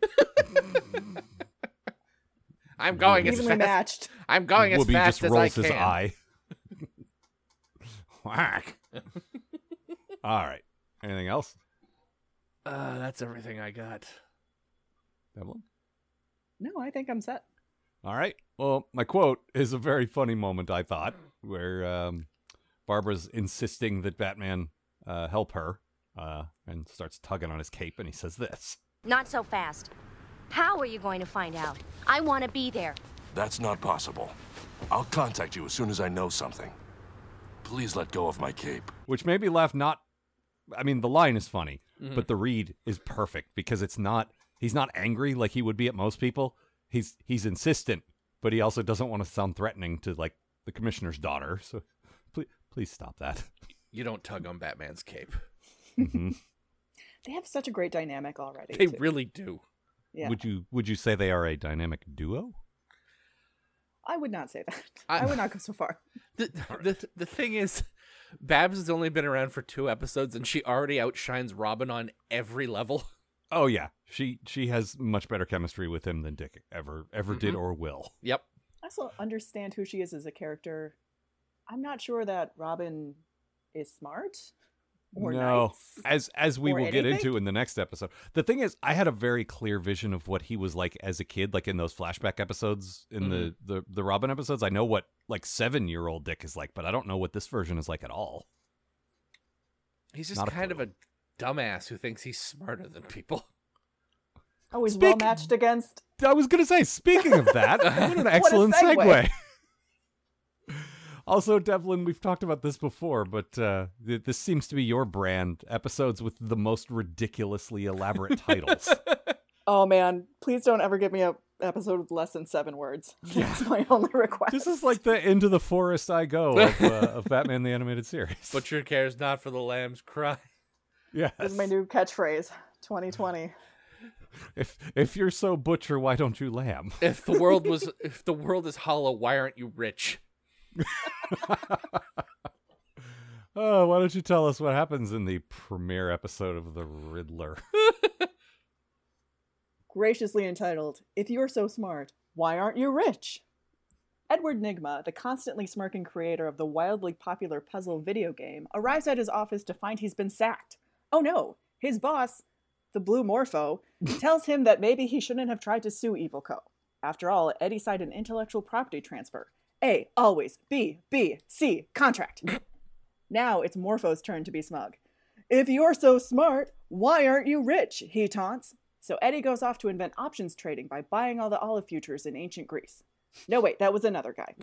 Speaker 5: I'm going as
Speaker 4: Evenly
Speaker 5: fast.
Speaker 4: matched.
Speaker 5: I'm going as
Speaker 3: Whoopi
Speaker 5: fast
Speaker 3: just
Speaker 5: as I
Speaker 3: rolls
Speaker 5: can.
Speaker 3: his eye. Whack. All right. Anything else?
Speaker 5: Uh, that's everything I got.
Speaker 3: Evelyn?
Speaker 4: No, I think I'm set.
Speaker 3: All right. Well, my quote is a very funny moment, I thought, where um, Barbara's insisting that Batman uh, help her uh, and starts tugging on his cape, and he says this.
Speaker 1: Not so fast. How are you going to find out? I want to be there.
Speaker 6: That's not possible. I'll contact you as soon as I know something. Please let go of my cape.
Speaker 3: which made me laugh not i mean the line is funny but the read is perfect because it's not he's not angry like he would be at most people he's he's insistent but he also doesn't want to sound threatening to like the commissioner's daughter so please please stop that
Speaker 5: You don't tug on Batman's cape.
Speaker 3: Mhm.
Speaker 4: They have such a great dynamic already.
Speaker 5: They
Speaker 4: too.
Speaker 5: really do.
Speaker 4: yeah.
Speaker 3: would you would you say they are a dynamic duo
Speaker 4: I would not say that.
Speaker 5: I-
Speaker 4: I would not go so far.
Speaker 5: The, the the thing is, Babs has only been around for two episodes, and she already outshines Robin on every level.
Speaker 3: oh yeah she she has much better chemistry with him than dick ever ever did
Speaker 4: Mm-hmm.
Speaker 3: or will
Speaker 5: Yep.
Speaker 4: I also understand who she is as a character. I'm not sure that Robin is smart or
Speaker 3: no,
Speaker 4: nice.
Speaker 3: as as we
Speaker 4: Or
Speaker 3: will get
Speaker 4: anything?
Speaker 3: into in the next episode. The thing is, I had a very clear vision of what he was like as a kid, like in those flashback episodes, in the,
Speaker 4: Mm-hmm.
Speaker 3: the the Robin episodes. I know what like seven year old Dick is like, but I don't know what this version is like at all.
Speaker 5: He's just
Speaker 3: Not a
Speaker 5: kind of a dumbass who thinks he's smarter than people.
Speaker 4: Oh, he's
Speaker 3: Speak-
Speaker 4: well matched against.
Speaker 3: I was gonna say. Speaking of that, what an excellent
Speaker 4: segue.
Speaker 3: segue. also, Devlin, we've talked about this before, but uh, th- this seems to be your brand. Episodes with the most ridiculously elaborate titles.
Speaker 4: Oh man, please don't ever give me a episode with less than seven words. That's my only request.
Speaker 3: This is like the into the forest I go of, uh, of Batman the animated series.
Speaker 5: Butcher cares not for the lamb's cry.
Speaker 3: yes,
Speaker 4: This is my new catchphrase. 2020.
Speaker 3: if if you're so butcher, why don't you lamb?
Speaker 5: If the world was if the world is hollow, why aren't you rich?
Speaker 3: Oh, why don't you tell us what happens in the premiere episode of The Riddler?
Speaker 4: graciously entitled, If You're So Smart, Why Aren't You Rich? Edward Nigma, the constantly smirking creator of the wildly popular puzzle video game, arrives at his office to find he's been sacked. Oh no, his boss, the Blue Morpho, tells him that maybe he shouldn't have tried to sue Evil Co. After all, Eddie signed an intellectual property transfer. A, always. B, B, C, contract. now it's Morpho's turn to be smug. If you're so smart, why aren't you rich? He taunts. So Eddie goes off to invent options trading by buying all the olive futures in ancient Greece. No, wait, that was another guy.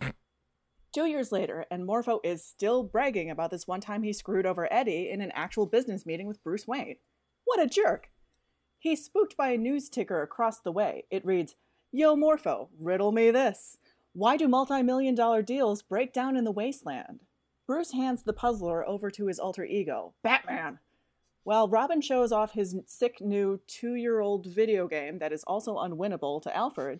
Speaker 4: Two years later, and Morpho is still bragging about this one time he screwed over Eddie in an actual business meeting with Bruce Wayne. What a jerk! He's spooked by a news ticker across the way. It reads, Yo Morpho, riddle me this. Why do multi million dollar deals break down in the wasteland? Bruce hands the puzzler over to his alter ego, Batman. While Robin shows off his sick new two year old video game that is also unwinnable to Alfred,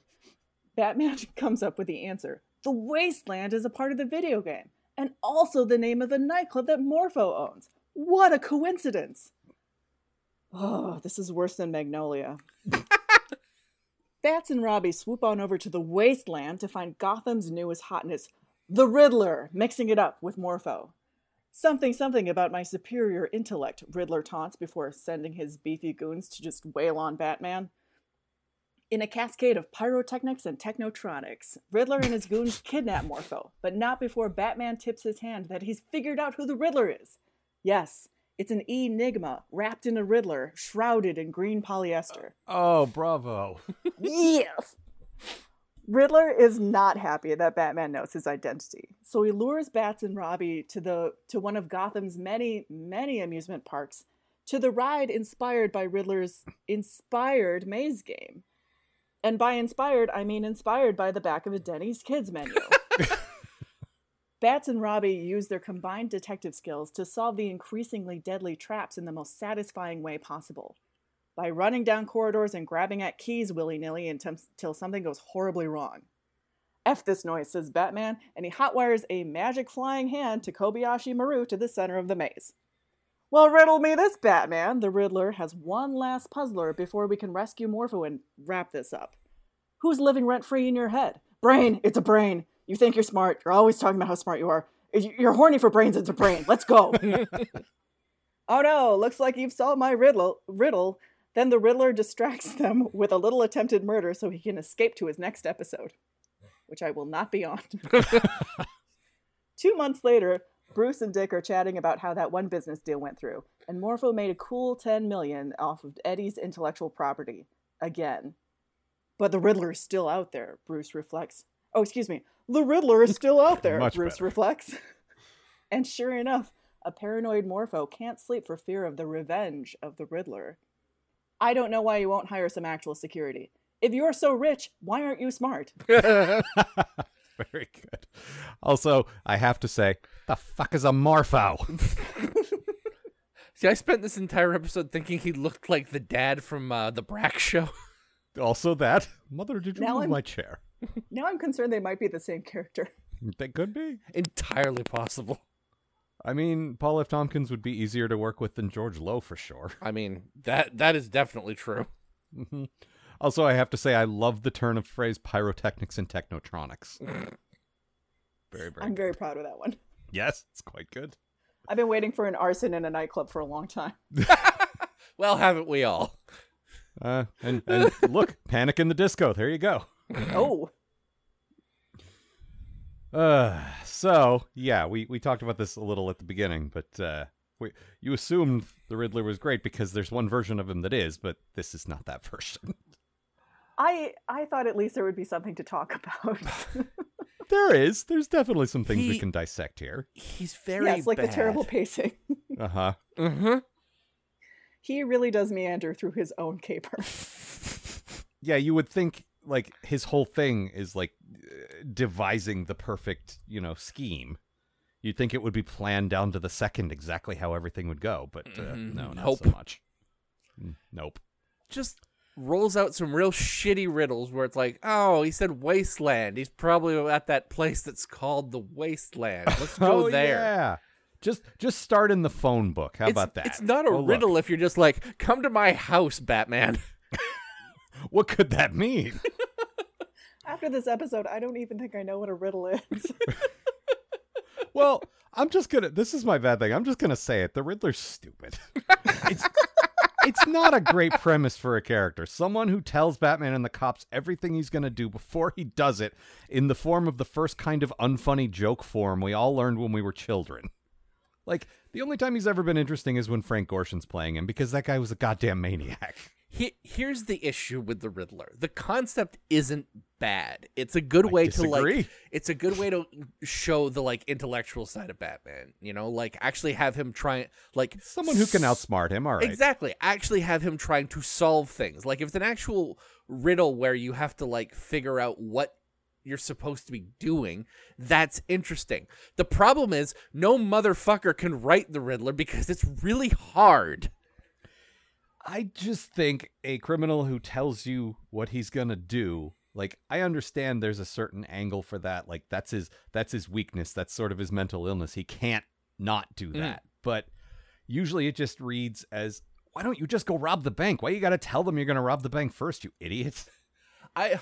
Speaker 4: Batman comes up with the answer The Wasteland is a part of the video game, and also the name of the nightclub that Morpho owns. What a coincidence! Oh, this is worse than Magnolia. Bats and Robbie swoop on over to the wasteland to find Gotham's newest hotness, the Riddler, mixing it up with Morpho. Something, something about my superior intellect, Riddler taunts before sending his beefy goons to just wail on Batman. In a cascade of pyrotechnics and technotronics, Riddler and his goons kidnap Morpho, but not before Batman tips his hand that he's figured out who the Riddler is. Yes, it's an enigma wrapped in a Riddler, shrouded in green polyester.
Speaker 3: Oh, bravo.
Speaker 4: Yes. Riddler is not happy that Batman knows his identity, so he lures Bats and Robbie to the to one of Gotham's many many amusement parks, to the ride inspired by Riddler's inspired maze game, and by inspired I mean inspired by the back of a Denny's kids menu. Bats and Robbie use their combined detective skills to solve the increasingly deadly traps in the most satisfying way possible by running down corridors and grabbing at keys willy nilly until something goes horribly wrong. F this noise, says Batman, and he hotwires a magic flying hand to Kobayashi Maru to the center of the maze. Well, riddle me this, Batman! The Riddler has one last puzzler before we can rescue Morpho and wrap this up. Who's living rent free in your head? Brain! It's a brain! You think you're smart. You're always talking about how smart you are. You're horny for brains. It's a brain. Let's go! oh no, looks like you've solved my riddle. riddle. Then the Riddler distracts them with a little attempted murder so he can escape to his next episode, which I will not be on. Two months later, Bruce and Dick are chatting about how that one business deal went through, and Morpho made a cool 10 million off of Eddie's intellectual property again. But the Riddler is still out there, Bruce reflects. Oh, excuse me. The Riddler is still out there,
Speaker 3: Much
Speaker 4: Bruce
Speaker 3: better.
Speaker 4: reflects. and sure enough, a paranoid Morpho can't sleep for fear of the revenge of the Riddler. I don't know why you won't hire some actual security. If you're so rich, why aren't you smart?
Speaker 3: Very good. Also, I have to say, the fuck is a Morpho?
Speaker 5: See, I spent this entire episode thinking he looked like the dad from uh, the Brack Show.
Speaker 3: also, that. Mother, did you
Speaker 4: Now
Speaker 3: move
Speaker 4: I'm-
Speaker 3: my chair?
Speaker 4: Now I'm concerned they might be the same character.
Speaker 3: That could be.
Speaker 5: Entirely possible.
Speaker 3: I mean, Paul F. Tompkins would be easier to work with than George Lowe for sure.
Speaker 5: I mean, that that is definitely true.
Speaker 3: Also, I have to say, I love the turn of phrase pyrotechnics and technotronics. very, very.
Speaker 4: I'm very proud of that one.
Speaker 3: Yes, it's quite good.
Speaker 4: I've been waiting for an arson in a nightclub for a long time.
Speaker 5: Well, haven't we all?
Speaker 3: Uh, and, and look, Panic in the Disco. There you go.
Speaker 4: oh,
Speaker 3: Uh, so yeah, we we talked about this a little at the beginning, but uh, we you assumed the Riddler was great because there's one version of him that is, but this is not that version.
Speaker 4: I I thought at least there would be something to talk about.
Speaker 3: there is. There's definitely some things we
Speaker 5: He-
Speaker 3: can dissect here.
Speaker 5: He's very
Speaker 4: yes, like the
Speaker 5: bad.
Speaker 4: terrible pacing.
Speaker 3: Uh huh.
Speaker 5: Mhm.
Speaker 4: He really does meander through his own caper.
Speaker 3: Yeah, you would think like his whole thing is like uh, devising the perfect you know scheme. You'd think it would be planned down to the second exactly how everything would go, but uh,
Speaker 5: Mhm.
Speaker 3: no, not
Speaker 5: Nope.
Speaker 3: so much. Mm, Nope.
Speaker 5: Just rolls out some real shitty riddles where it's like, oh, he said wasteland. He's probably at that place that's called the wasteland. Let's go
Speaker 3: oh,
Speaker 5: there.
Speaker 3: Yeah. Just just start in the phone book. How
Speaker 5: it's,
Speaker 3: about that?
Speaker 5: It's not a
Speaker 3: Oh, look.
Speaker 5: riddle if you're just like, come to my house, Batman.
Speaker 3: What could that mean?
Speaker 4: After this episode, I don't even think I know what a riddle is.
Speaker 3: well, I'm just gonna this is my bad thing. I'm just gonna say it. The Riddler's stupid. it's it's not a great premise for a character. Someone who tells Batman and the cops everything he's gonna do before he does it in the form of the first kind of unfunny joke form we all learned when we were children. Like, the only time he's ever been interesting is when Frank Gorshin's playing him because that guy was a goddamn maniac.
Speaker 5: he, here's the issue with the Riddler. The concept isn't bad. It's a good
Speaker 3: I
Speaker 5: way to
Speaker 3: disagree.
Speaker 5: like it's a good way to show the like intellectual side of Batman, you know, like actually have him try like
Speaker 3: Someone who can
Speaker 5: s-
Speaker 3: outsmart him. All right.
Speaker 5: Exactly. Actually have him trying to solve things. Like if it's an actual riddle where you have to like figure out what you're supposed to be doing, that's interesting. The problem is no motherfucker can write the Riddler because it's really hard.
Speaker 3: I just think a criminal who tells you what he's gonna do, like I understand there's a certain angle for that. Like that's his that's his weakness. That's sort of his mental illness. He can't not do
Speaker 5: Mm.
Speaker 3: that. But usually it just reads as why don't you just go rob the bank? Why you gotta tell them you're gonna rob the bank first, you idiot?
Speaker 5: I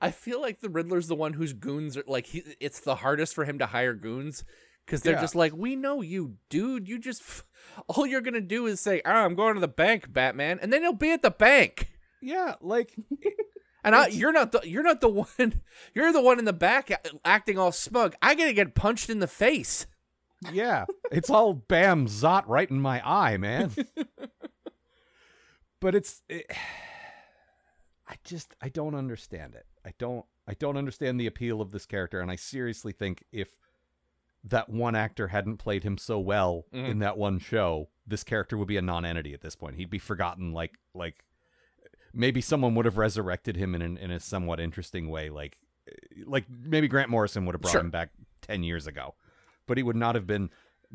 Speaker 5: I feel like the Riddler's the one whose goons are like he, it's the hardest for him to hire goons because they're
Speaker 3: Yeah.
Speaker 5: just like we know you, dude. You just f- all you're gonna do is say, oh, "I'm going to the bank, Batman," and then he'll be at the bank.
Speaker 3: Yeah, like
Speaker 5: And I, you're not the you're not the one you're the one in the back a- acting all smug. I gotta get punched in the face.
Speaker 3: yeah, it's all bam zot right in my eye, man. but it's, it, I just I don't understand it. I don't I don't understand the appeal of this character, and I seriously think if that one actor hadn't played him so well
Speaker 5: Mhm.
Speaker 3: in that one show, this character would be a non-entity at this point. He'd be forgotten, like like maybe someone would have resurrected him in an, in a somewhat interesting way, like eh, like maybe Grant Morrison would have brought
Speaker 5: Sure.
Speaker 3: him back ten years ago, but he would not have been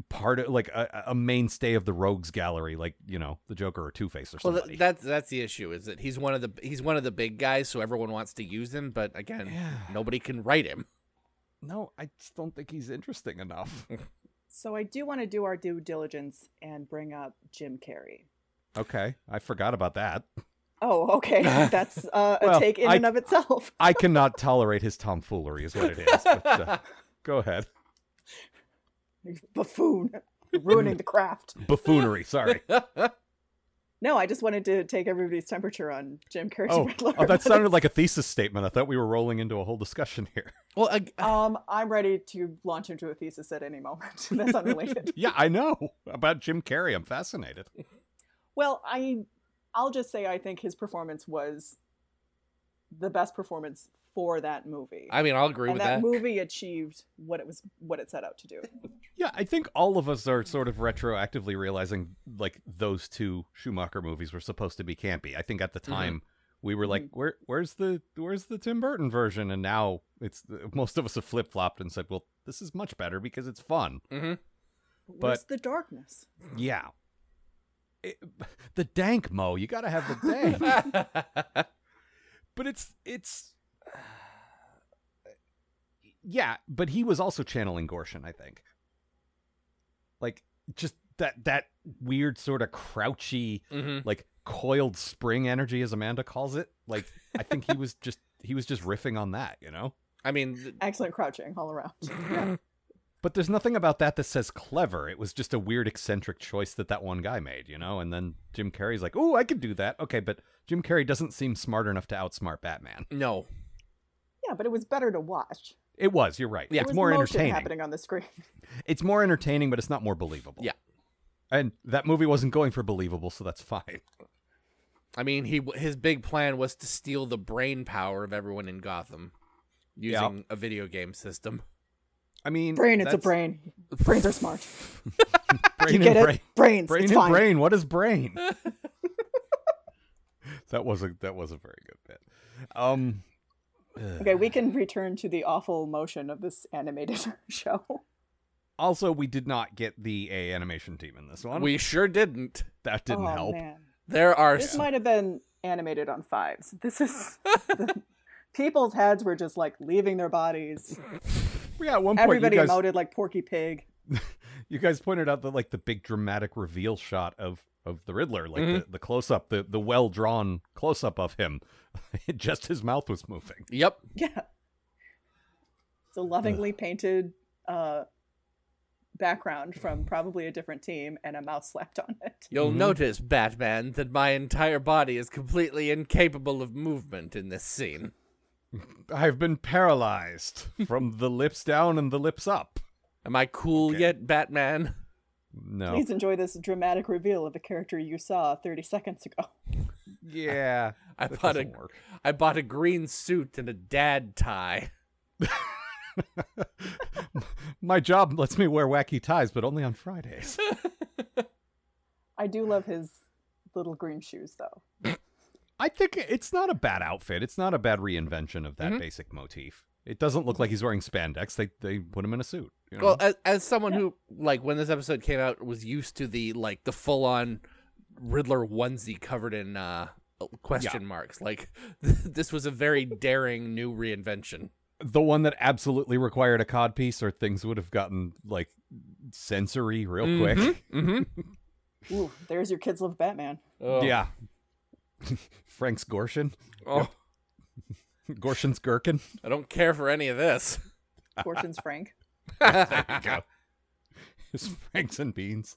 Speaker 3: part of like a, a mainstay of the Rogues Gallery, like you know the Joker or Two Face or
Speaker 5: Well,
Speaker 3: somebody.
Speaker 5: th- that's that's the issue is that he's one of the he's one of the big guys, so everyone wants to use him. But again,
Speaker 3: Yeah.
Speaker 5: nobody can write him.
Speaker 3: No, I just don't think he's interesting enough.
Speaker 4: So I do want to do our due diligence and bring up Jim Carrey.
Speaker 3: okay, I forgot about that.
Speaker 4: Oh, okay. That's uh, a
Speaker 3: Well,
Speaker 4: take in
Speaker 3: I-
Speaker 4: and of itself.
Speaker 3: I cannot tolerate his tomfoolery, is what it is. But, uh, go ahead,
Speaker 4: Buffoon. Ruining the craft.
Speaker 3: buffoonery. Sorry.
Speaker 4: No, I just wanted to take everybody's temperature on Jim Carrey's
Speaker 3: Oh,
Speaker 4: Riddler.
Speaker 3: oh, that sounded like a thesis statement. I thought we were rolling into a whole discussion here.
Speaker 5: Well, ag- uh,
Speaker 4: Um, I'm ready to launch into a thesis at any moment. That's unrelated.
Speaker 3: Yeah, I know about Jim Carrey. I'm fascinated.
Speaker 4: well, I, I'll just say I think his performance was the best performance for that movie.
Speaker 5: I mean, I'll agree
Speaker 4: and
Speaker 5: with
Speaker 4: that,
Speaker 5: that.
Speaker 4: movie achieved what it was what it set out to do.
Speaker 3: Yeah, I think all of us are sort of retroactively realizing like those two Schumacher movies were supposed to be campy. I think at the time we were like, "Where, where's the, where's the Tim Burton version?" And now it's most of us have flip flopped and said, "Well, this is much better because it's fun."
Speaker 5: hmm
Speaker 4: Where's the darkness?
Speaker 3: Yeah, It- the dank mo, you got to have the dank.
Speaker 5: Mm-hmm.
Speaker 3: but it's it's yeah but he was also channeling gorshin i think like just that that weird sort of crouchy
Speaker 5: hmm
Speaker 3: like coiled spring energy as amanda calls it like i think he was just he was just riffing on that you know
Speaker 5: I mean, th-
Speaker 4: Excellent crouching all around.
Speaker 3: but there's nothing about that that says clever it was just a weird eccentric choice that that one guy made you know and then jim carrey's like oh i could do that okay but jim carrey doesn't seem smart enough to outsmart batman
Speaker 5: no.
Speaker 4: Yeah, but it was better to watch.
Speaker 3: it was you're right
Speaker 5: Yeah.
Speaker 4: There
Speaker 3: it's
Speaker 4: was
Speaker 3: more
Speaker 4: motion
Speaker 3: entertaining
Speaker 4: happening on the screen.
Speaker 3: it's more entertaining, but it's not more believable.
Speaker 5: Yeah.
Speaker 3: And that movie wasn't going for believable, so that's fine.
Speaker 5: I mean, he w- his big plan was to steal the brain power of everyone in Gotham
Speaker 3: Yeah.
Speaker 5: using a video game system.
Speaker 3: I mean,
Speaker 4: Brain, it's a
Speaker 3: that's-
Speaker 4: brain. Brains are smart.
Speaker 3: Brain
Speaker 4: You get
Speaker 3: and
Speaker 4: it?
Speaker 3: brain.
Speaker 4: Brains.
Speaker 3: Brain
Speaker 4: it's
Speaker 3: and
Speaker 4: fine.
Speaker 3: brain. What is brain? that was a that was a very good bit. Um,
Speaker 4: Okay, we can return to the awful motion of this animated show.
Speaker 3: also, we did not get the A animation team in this one.
Speaker 5: We sure didn't.
Speaker 3: that didn't
Speaker 4: oh,
Speaker 3: help.
Speaker 4: Man.
Speaker 5: There are
Speaker 4: This
Speaker 5: s-
Speaker 4: might have been animated on fives. This is people's heads were just like leaving their bodies.
Speaker 3: Yeah, at one point
Speaker 4: Everybody
Speaker 3: you guys
Speaker 4: emoted like Porky Pig.
Speaker 3: you guys pointed out that like the big dramatic reveal shot of of the Riddler, like
Speaker 5: Mm-hmm.
Speaker 3: the, the close up, the the well drawn close up of him, just his mouth was moving.
Speaker 5: Yep.
Speaker 4: Yeah. It's a lovingly painted uh, background from probably a different team and a mouse slapped on it.
Speaker 5: You'll
Speaker 3: Mm-hmm.
Speaker 5: notice, Batman, that my entire body is completely incapable of movement in this scene.
Speaker 3: I've been paralyzed from the lips down and the lips up.
Speaker 5: Am I cool yet, Batman?
Speaker 3: No.
Speaker 5: uh,
Speaker 4: Please enjoy this dramatic reveal of the character you saw 30 seconds ago.
Speaker 3: Yeah.
Speaker 5: I
Speaker 3: that
Speaker 5: bought a
Speaker 3: doesn't work.
Speaker 5: I bought a green suit and a dad tie.
Speaker 3: My job lets me wear wacky ties, but only on Fridays.
Speaker 4: I do love his little green shoes, though.
Speaker 3: I think it's not a bad outfit. It's not a bad reinvention of that
Speaker 5: Mhm.
Speaker 3: basic motif. It doesn't look like he's wearing spandex. They they put him in a suit. you know?
Speaker 5: Well, as, as someone who like when this episode came out was used to the like the full on Riddler onesie covered in uh question marks. Like this was a very daring new reinvention.
Speaker 3: the one that absolutely required a codpiece, or things would have gotten like sensory real quick.
Speaker 5: Mm-hmm.
Speaker 4: Ooh, there's your kids love Batman.
Speaker 5: Oh.
Speaker 3: Yeah. Frank's Gorshin.
Speaker 5: Oh,
Speaker 3: Gorshin's Gherkin.
Speaker 5: I don't care for any of this.
Speaker 4: Fortune's Frank.
Speaker 3: There you go. It's Frank's and Beans.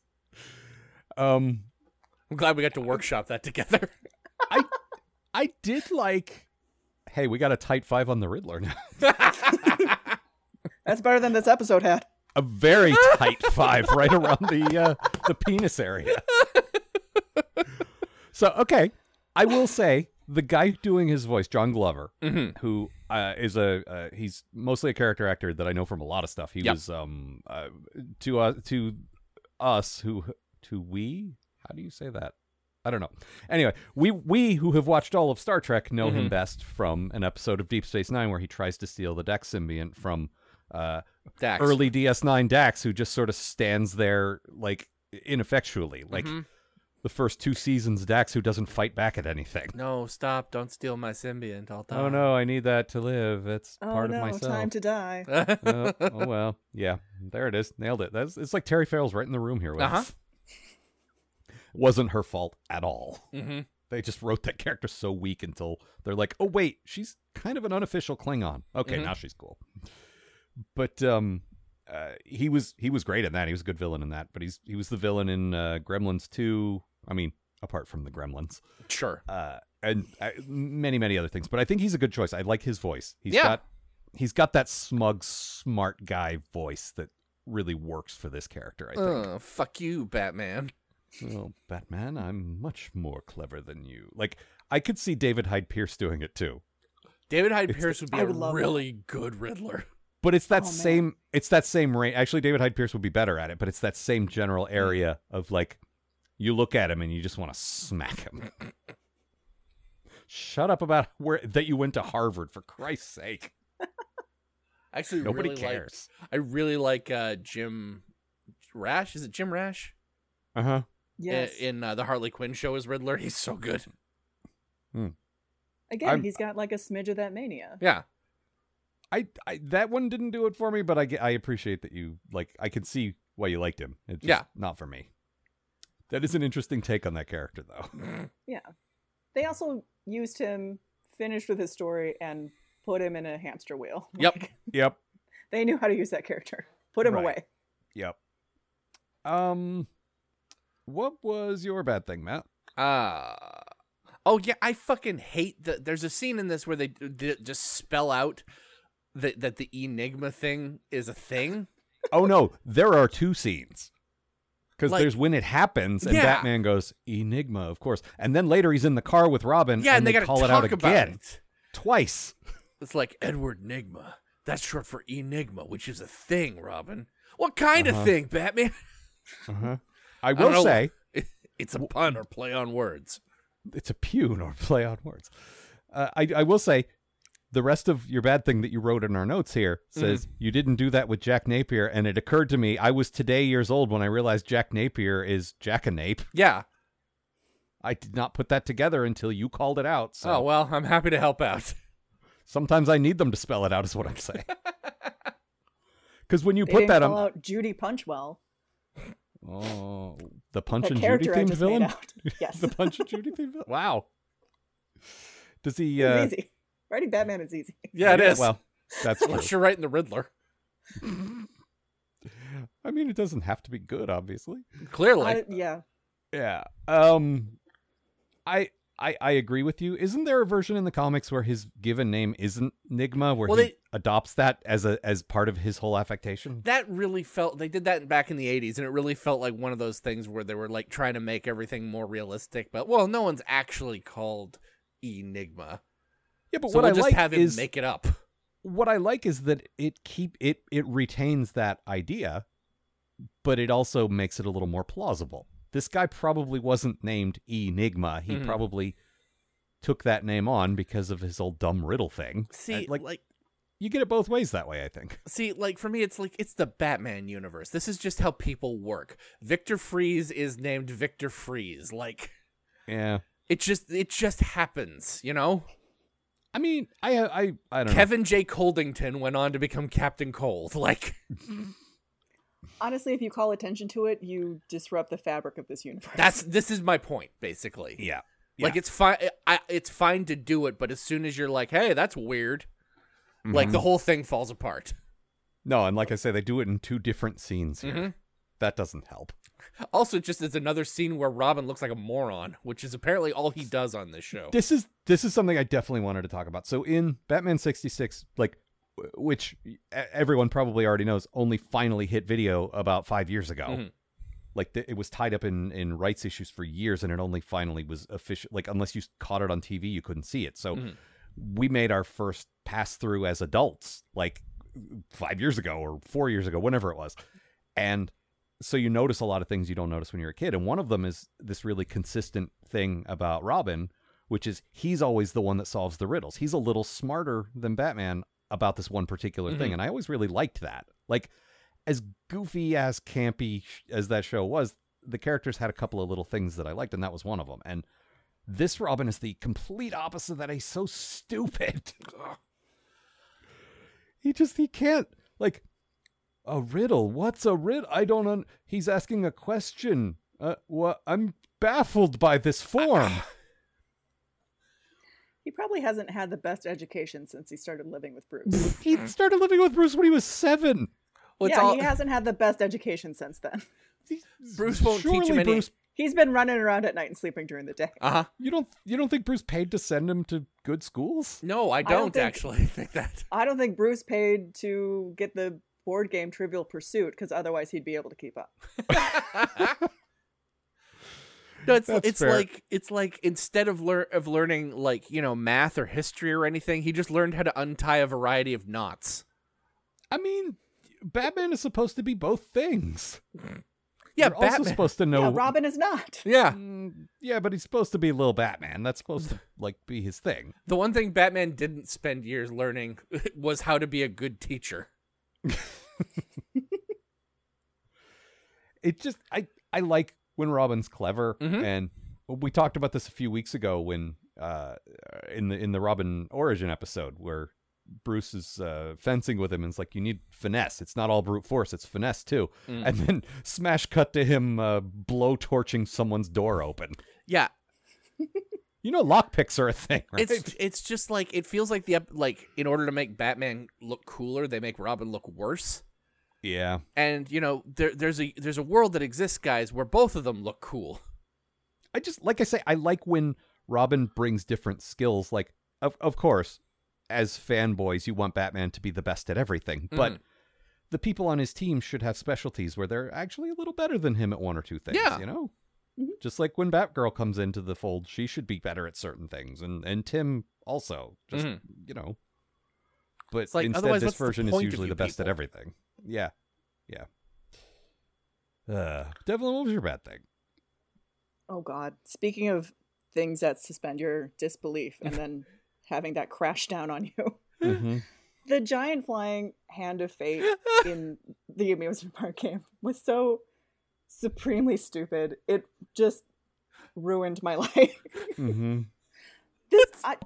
Speaker 3: Um,
Speaker 5: I'm glad we got to workshop that together.
Speaker 3: I did like. Hey, we got a tight five on the Riddler now.
Speaker 4: That's better than this episode had.
Speaker 3: A very tight five, right around the uh, the penis area. So okay, I will say the guy doing his voice, John Glover,
Speaker 5: Mhm.
Speaker 3: who uh, is a uh, he's mostly a character actor that I know from a lot of stuff. He
Speaker 5: Yep.
Speaker 3: was um uh, to uh, to us who to we how do you say that I don't know. Anyway, we we who have watched all of Star Trek know him
Speaker 5: Mhm.
Speaker 3: best from an episode of Deep Space Nine where he tries to steal the Dex symbiont from uh,
Speaker 5: Dax.
Speaker 3: early DS9 Dax, who just sort of stands there like ineffectually, like
Speaker 5: Mhm.
Speaker 3: the first two seasons Dax who doesn't fight back at anything.
Speaker 5: No, stop! Don't steal my symbiont. I'll die.
Speaker 3: Oh no, I need that to live. That's
Speaker 4: Oh
Speaker 3: part
Speaker 4: no,
Speaker 3: of myself.
Speaker 4: time to die.
Speaker 3: Uh, oh well, yeah, there it is. Nailed it. That's it's like Terry Farrell's right in the room here with
Speaker 5: Uh-huh.
Speaker 3: us. Wasn't her fault at all.
Speaker 5: Mhm.
Speaker 3: They just wrote that character so weak until they're like, oh wait, she's kind of an unofficial Klingon. Okay,
Speaker 5: Mhm.
Speaker 3: now she's cool. But um, uh, he was he was great in that. He was a good villain in that. But he's he was the villain in uh, Gremlins two. I mean, apart from the Gremlins
Speaker 5: Sure.
Speaker 3: uh, and uh, many many other things. But I think he's a good choice. I like his voice. He's
Speaker 5: Yeah.
Speaker 3: got he's got that smug, smart guy voice that really works for this character. I think.
Speaker 5: Uh, fuck you, Batman.
Speaker 3: Oh, Batman, I'm much more clever than you. Like I could see David Hyde Pierce doing it too.
Speaker 5: David Hyde
Speaker 3: It's the-
Speaker 5: Pierce would be
Speaker 4: I
Speaker 5: a
Speaker 4: would love
Speaker 5: really good Riddler.
Speaker 3: But it's that
Speaker 4: Oh, man.
Speaker 3: same it's that same range. Actually, David Hyde Pierce would be better at it. But it's that same general area of like you look at him and you just want to smack him. Shut up about where that you went to Harvard for Christ's sake.
Speaker 5: I Actually,
Speaker 3: Nobody
Speaker 5: really like-
Speaker 3: cares.
Speaker 5: I really like uh, Jim Rash. Is it Jim Rash?
Speaker 3: Uh huh.
Speaker 5: I-
Speaker 4: Yes.
Speaker 5: In, uh, the Harley Quinn show as Riddler, he's so good.
Speaker 4: Again,
Speaker 3: I'm-
Speaker 4: he's got like a smidge of that mania.
Speaker 5: Yeah.
Speaker 3: I, I that one didn't do it for me, but I get- I appreciate that you like. I can see why you liked him. It's just
Speaker 5: Yeah.
Speaker 3: not for me. That is an interesting take on that character, though.
Speaker 4: They also used him, finished with his story, and put him in a hamster wheel.
Speaker 5: Yep.
Speaker 4: Like,
Speaker 3: yep,
Speaker 4: they knew how to use that character. Put him
Speaker 3: Right.
Speaker 4: away.
Speaker 3: yep. Um, what was your bad thing, Matt?
Speaker 5: Uh Oh yeah, I fucking hate the there's a scene in this where they d- d- just spell out that that the enigma thing is a thing.
Speaker 3: Oh no, there are two scenes. Because
Speaker 5: Like-
Speaker 3: there's when it happens, and
Speaker 5: Yeah.
Speaker 3: Batman goes Enigma, of course, and then later he's in the car with Robin,
Speaker 5: Yeah, and, they,
Speaker 3: they,
Speaker 5: got to
Speaker 3: call
Speaker 5: talk
Speaker 3: it out
Speaker 5: about
Speaker 3: again
Speaker 5: it.
Speaker 3: twice.
Speaker 5: It's like Edward Nigma. That's short for enigma, which is a thing, Robin. What kind
Speaker 3: Uh-huh.
Speaker 5: of thing, Batman?
Speaker 3: Uh-huh. I
Speaker 5: don't
Speaker 3: will
Speaker 5: know.
Speaker 3: say,
Speaker 5: It's a pun or play on words.
Speaker 3: it's a pun or play on words. Uh, I, I will say, the rest of your bad thing that you wrote in our notes here says
Speaker 5: Mm-hmm.
Speaker 3: you didn't do that with Jack Napier, and it occurred to me I was today years old when I realized Jack Napier is Jackanape.
Speaker 5: Yeah.
Speaker 3: I did not put that together until you called it out. So
Speaker 5: Oh well, I'm happy to help out.
Speaker 3: sometimes I need them to spell it out, is what I'm saying. Because when you
Speaker 4: They
Speaker 3: put
Speaker 4: didn't
Speaker 3: that
Speaker 4: call
Speaker 3: on,
Speaker 4: out Judy Punchwell,
Speaker 3: oh, the Punch
Speaker 4: that
Speaker 3: and Judy
Speaker 4: character I
Speaker 3: themed
Speaker 4: just
Speaker 3: villain,
Speaker 4: made out. Yes,
Speaker 3: the Punch and Judy themed villain. Wow. Does he? Uh,
Speaker 4: it's easy. Writing Batman is easy.
Speaker 5: Yeah, it is.
Speaker 3: Well, that's true.
Speaker 5: Unless you're writing the Riddler.
Speaker 3: I mean, it doesn't have to be good, obviously.
Speaker 5: Clearly.
Speaker 4: I- yeah,
Speaker 3: Yeah. Um, I I, I agree with you. Isn't there a version in the comics where his given name isn't Nigma, where
Speaker 5: Well,
Speaker 3: he
Speaker 5: they-
Speaker 3: adopts that as a as part of his whole affectation?
Speaker 5: that really felt they did that back in the 80s and it really felt like one of those things where they were like trying to make everything more realistic but well no one's actually called enigma
Speaker 3: Yeah, but
Speaker 5: so
Speaker 3: what
Speaker 5: we'll
Speaker 3: I
Speaker 5: just
Speaker 3: like
Speaker 5: have him
Speaker 3: is
Speaker 5: make it up
Speaker 3: what I like is that it keep it it retains that idea, but it also makes it a little more plausible. This guy probably wasn't named Enigma. He
Speaker 5: Mhm.
Speaker 3: probably took that name on because of his old dumb riddle thing.
Speaker 5: see
Speaker 3: Uh, like,
Speaker 5: like,
Speaker 3: you get it both ways that way. I think.
Speaker 5: see like for me it's like it's the batman universe this is just how people work victor freeze is named victor freeze like
Speaker 3: Yeah.
Speaker 5: it just it just happens you know
Speaker 3: I mean, I I I don't
Speaker 5: kevin j coldington went on to become captain cold like
Speaker 4: Honestly, if you call attention to it, you disrupt the fabric of this universe.
Speaker 5: that's this is my point basically
Speaker 3: know. Yeah.
Speaker 5: Like it's fine. I, it's fine to do it, but as soon as you're like, "Hey, that's weird," like
Speaker 3: Mhm.
Speaker 5: the whole thing falls apart.
Speaker 3: No, and like I say, they do it in two different scenes here.
Speaker 5: Mhm.
Speaker 3: That doesn't help.
Speaker 5: Also, just as another scene where Robin looks like a moron, which is apparently all he does on this show.
Speaker 3: This is this is something I definitely wanted to talk about. So in Batman sixty six, like w- which e- everyone probably already knows, only finally hit video about five years ago.
Speaker 5: Mhm.
Speaker 3: Like th- it was tied up in in rights issues for years, and it only finally was official. Like unless you caught it on TV, you couldn't see it. So
Speaker 5: Mhm.
Speaker 3: we made our first pass through as adults, like five years ago or four years ago, whenever it was, and so you notice a lot of things you don't notice when you're a kid and one of them is this really consistent thing about robin which is he's always the one that solves the riddles he's a little smarter than batman about this one particular thing
Speaker 5: Mhm.
Speaker 3: and i always really liked that like as goofy as campy sh- as that show was the characters had a couple of little things that i liked and that was one of them and this robin is the complete opposite of that he's so stupid he just he can't like a riddle. What's a riddle? I don't. Un- He's asking a question. Uh, what? I'm baffled by this form.
Speaker 4: He probably hasn't had the best education since he started living with Bruce.
Speaker 3: he started living with Bruce when he was seven.
Speaker 5: Well, it's
Speaker 4: yeah,
Speaker 5: all-
Speaker 4: he hasn't had the best education since then.
Speaker 5: Bruce won't teach him
Speaker 3: Surely
Speaker 5: any-
Speaker 3: Bruce,
Speaker 4: He's been running around at night and sleeping during the day.
Speaker 5: uh-huh.
Speaker 3: you don't. You don't think Bruce paid to send him to good schools?
Speaker 5: No, I
Speaker 4: don't
Speaker 5: don't,
Speaker 4: think-
Speaker 5: actually think that.
Speaker 4: I don't think Bruce paid to get the board game Trivial Pursuit because otherwise he'd be able to keep up.
Speaker 5: No, it's
Speaker 3: That's
Speaker 5: it's
Speaker 3: fair.
Speaker 5: like it's like instead of lear- of learning like you know math or history or anything, he just learned how to untie a variety of knots.
Speaker 3: I mean, Batman is supposed to be both things.
Speaker 5: Yeah,
Speaker 3: You're
Speaker 5: Batman.
Speaker 3: also supposed to know.
Speaker 4: Yeah, Robin is not.
Speaker 5: yeah,
Speaker 3: Mm, yeah, but he's supposed to be little Batman. That's supposed to like be his thing.
Speaker 5: The one thing Batman didn't spend years learning was how to be a good teacher.
Speaker 3: it just I I like when Robin's clever
Speaker 5: Mhm.
Speaker 3: and we talked about this a few weeks ago when uh in the in the Robin origin episode where Bruce is uh, fencing with him and it's like you need finesse. It's not all brute force, it's finesse too. And then smash cut to him uh, blow torching someone's door open.
Speaker 5: Yeah,
Speaker 3: You know lockpicks are a thing, right?
Speaker 5: it's it's just like it feels like the ep- like in order to make Batman look cooler, they make Robin look worse.
Speaker 3: yeah.
Speaker 5: And you know, there there's a there's a world that exists, guys, where both of them look cool.
Speaker 3: I just like I say, I like when Robin brings different skills. Like, of of course, as fanboys, you want Batman to be the best at everything, but
Speaker 5: Mhm.
Speaker 3: the people on his team should have specialties where they're actually a little better than him at one or two things.
Speaker 5: Yeah.
Speaker 3: you know, just like when Batgirl comes into the fold, she should be better at certain things, and and Tim also, just
Speaker 5: Mhm.
Speaker 3: you know. But
Speaker 5: It's like,
Speaker 3: instead,
Speaker 5: otherwise,
Speaker 3: this
Speaker 5: what's the
Speaker 3: version is
Speaker 5: point of
Speaker 3: usually
Speaker 5: you
Speaker 3: the best at
Speaker 5: people?
Speaker 3: everything. Yeah, yeah. Uh, Devlin, what was your bad thing?
Speaker 4: Oh God. Speaking of things that suspend your disbelief and then having that crash down on you.
Speaker 3: Mm-hmm.
Speaker 4: The giant flying hand of fate in the amusement park game was so supremely stupid. It just ruined my life.
Speaker 3: Mm-hmm.
Speaker 4: this I,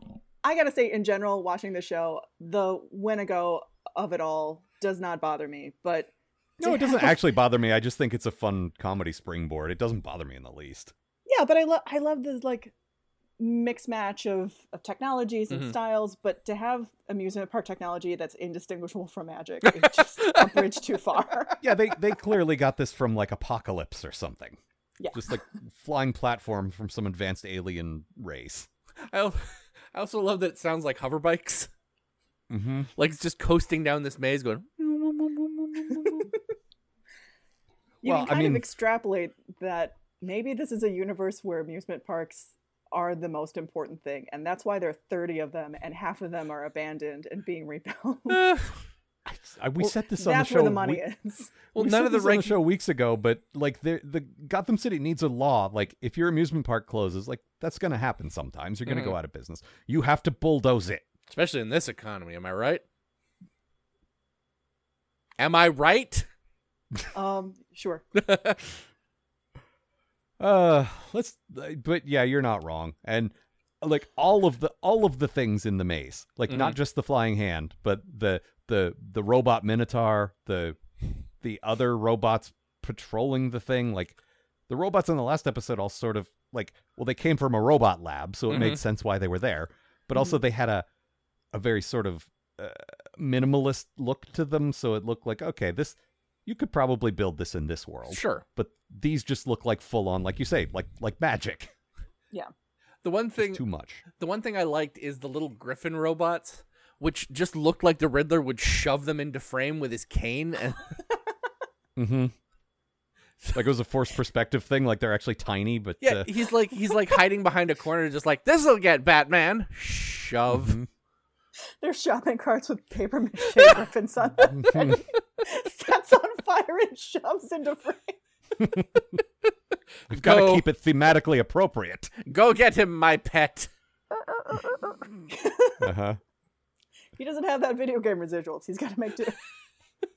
Speaker 4: I gotta say in general watching the show the winago of it all does not bother me but
Speaker 3: No, it doesn't actually bother me. I just think it's a fun comedy springboard. It doesn't bother me in the least.
Speaker 4: yeah but i love i love this like mix match of, of technologies and
Speaker 3: Mm-hmm.
Speaker 5: Mhm.
Speaker 4: styles but to have amusement park technology that's indistinguishable from magic is just a bridge too far
Speaker 3: Yeah, they they clearly got this from like Apocalypse or something.
Speaker 4: Yeah.
Speaker 3: Just like flying platform from some advanced alien race.
Speaker 5: I, al- I also love that it sounds like hover bikes.
Speaker 3: Mm-hmm.
Speaker 5: Like it's just coasting down this maze going.
Speaker 4: You
Speaker 3: Well, I
Speaker 4: can kind
Speaker 3: mean-
Speaker 4: of extrapolate that maybe this is a universe where amusement parks are the most important thing, and that's why there are 30 of them, and half of them are abandoned and being rebuilt.
Speaker 5: "Eh."
Speaker 3: I, we set this on the
Speaker 4: that's
Speaker 3: show.
Speaker 4: where the money
Speaker 3: we-
Speaker 4: is.
Speaker 5: Well,
Speaker 3: we
Speaker 5: none
Speaker 3: said
Speaker 5: of the
Speaker 3: this on
Speaker 5: rank.
Speaker 3: show weeks ago, but like the the Gotham City needs a law. Like if your amusement park closes, like that's going to happen sometimes. You're going to go out of business. You have to bulldoze it.
Speaker 5: especially in this economy. Am I right? Am I right?
Speaker 4: Um, sure.
Speaker 3: Uh, let's. uh, But yeah, you're not wrong. And like all of the all of the things in the maze, like
Speaker 5: Mm-hmm.
Speaker 3: not just the flying hand, but the the the robot Minotaur, the the other robots patrolling the thing. Like the robots in the last episode, all sort of like well, they came from a robot lab, so it
Speaker 5: Mm-hmm.
Speaker 3: made sense why they were there. But also, they had a a very sort of uh, minimalist look to them, so it looked like okay, this you could probably build this in this world
Speaker 5: Sure.
Speaker 3: but these just look like full on like you say like like magic
Speaker 5: The one thing,
Speaker 3: too much
Speaker 5: the one thing I liked is the little Griffin robots, which just looked like the Riddler would shove them into frame with his cane. And
Speaker 3: mm-hmm like it was a forced perspective thing like they're actually tiny but
Speaker 5: yeah,
Speaker 3: uh,
Speaker 5: he's like he's like hiding behind a corner, just like this'll get Batman. Shove.
Speaker 4: They're shopping carts with paper mache griffins on them. Sets on fire and shoves into frame.
Speaker 3: we've got to
Speaker 5: go.
Speaker 3: keep it thematically appropriate
Speaker 5: Go get him, my pet.
Speaker 3: uh-huh
Speaker 4: He doesn't have that video game residuals. He's got to make do.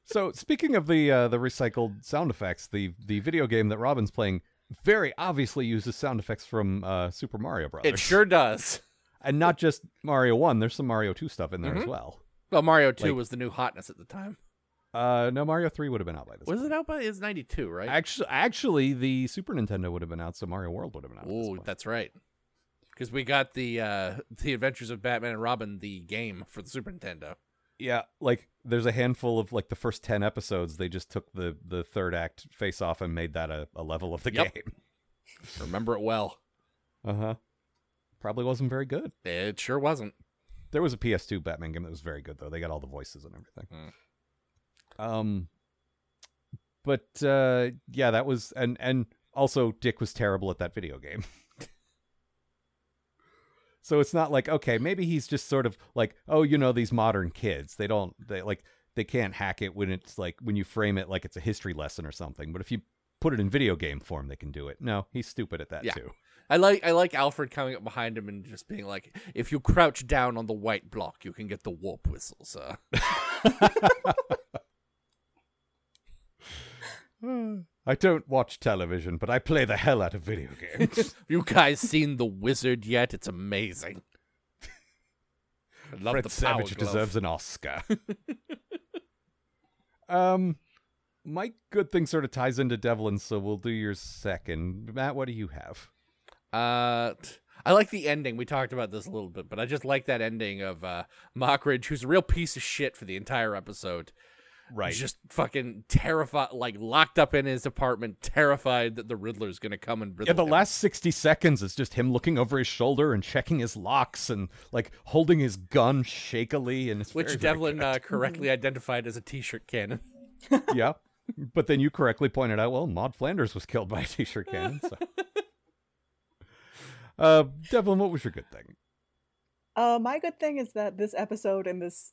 Speaker 3: so speaking of the uh, the recycled sound effects the the video game that robin's playing very obviously uses sound effects from uh, super mario brothers
Speaker 5: It sure does.
Speaker 3: and not just mario 1 there's some mario 2 stuff in there
Speaker 5: Mm-hmm.
Speaker 3: as well
Speaker 5: Well, Mario Two
Speaker 3: Like-
Speaker 5: was the new hotness at the time.
Speaker 3: uh no mario 3 would have been out by this
Speaker 5: Was it out by? It's ninety two, right?
Speaker 3: Actually, actually, the Super Nintendo would have been out, so Mario World would have been out. at this
Speaker 5: Oh,
Speaker 3: point.
Speaker 5: that's right. Because we got the uh the Adventures of Batman and Robin, the game for the Super Nintendo.
Speaker 3: yeah. Like, there's a handful of like the first ten episodes. They just took the the third act face off and made that a, a level of the
Speaker 5: Yep.
Speaker 3: game.
Speaker 5: Remember it well.
Speaker 3: Uh huh. Probably wasn't very good.
Speaker 5: It sure wasn't.
Speaker 3: There was a PS2 Batman game that was very good though. They got all the voices and everything. Um, but uh, yeah, that was and and also Dick was terrible at that video game. so it's not like okay, maybe he's just sort of like oh, you know, these modern kids they don't they like they can't hack it when it's like when you frame it like it's a history lesson or something. But if you put it in video game form, they can do it. No, he's stupid at that
Speaker 5: Yeah.
Speaker 3: too.
Speaker 5: I like I like Alfred coming up behind him and just being like, "If you crouch down on the white block, you can get the warp whistle, sir."
Speaker 3: I don't watch television, but I play the hell out of video games.
Speaker 5: you guys seen the wizard yet? It's amazing. I love
Speaker 3: Fred
Speaker 5: the power
Speaker 3: Savage
Speaker 5: glove.
Speaker 3: deserves an Oscar. um, my good thing sort of ties into Devlin, so we'll do your second. Matt, what do you have?
Speaker 5: Uh, t- I like the ending. We talked about this a little bit, but I just like that ending of uh, Mockridge, who's a real piece of shit for the entire episode.
Speaker 3: Right.
Speaker 5: Just fucking terrified, like locked up in his apartment, terrified that the Riddler's gonna come and riddle
Speaker 3: yeah, the
Speaker 5: him.
Speaker 3: last 60 seconds is just him looking over his shoulder and checking his locks and like holding his gun shakily and it's
Speaker 5: which
Speaker 3: very, very
Speaker 5: Devlin
Speaker 3: good. Mm-hmm.
Speaker 5: uh, correctly identified as a t-shirt cannon.
Speaker 3: yeah. But then you correctly pointed out, well, Maud Flanders was killed by a t-shirt cannon. So. uh, Devlin, what was your good thing?
Speaker 4: Uh, my good thing is that this episode and this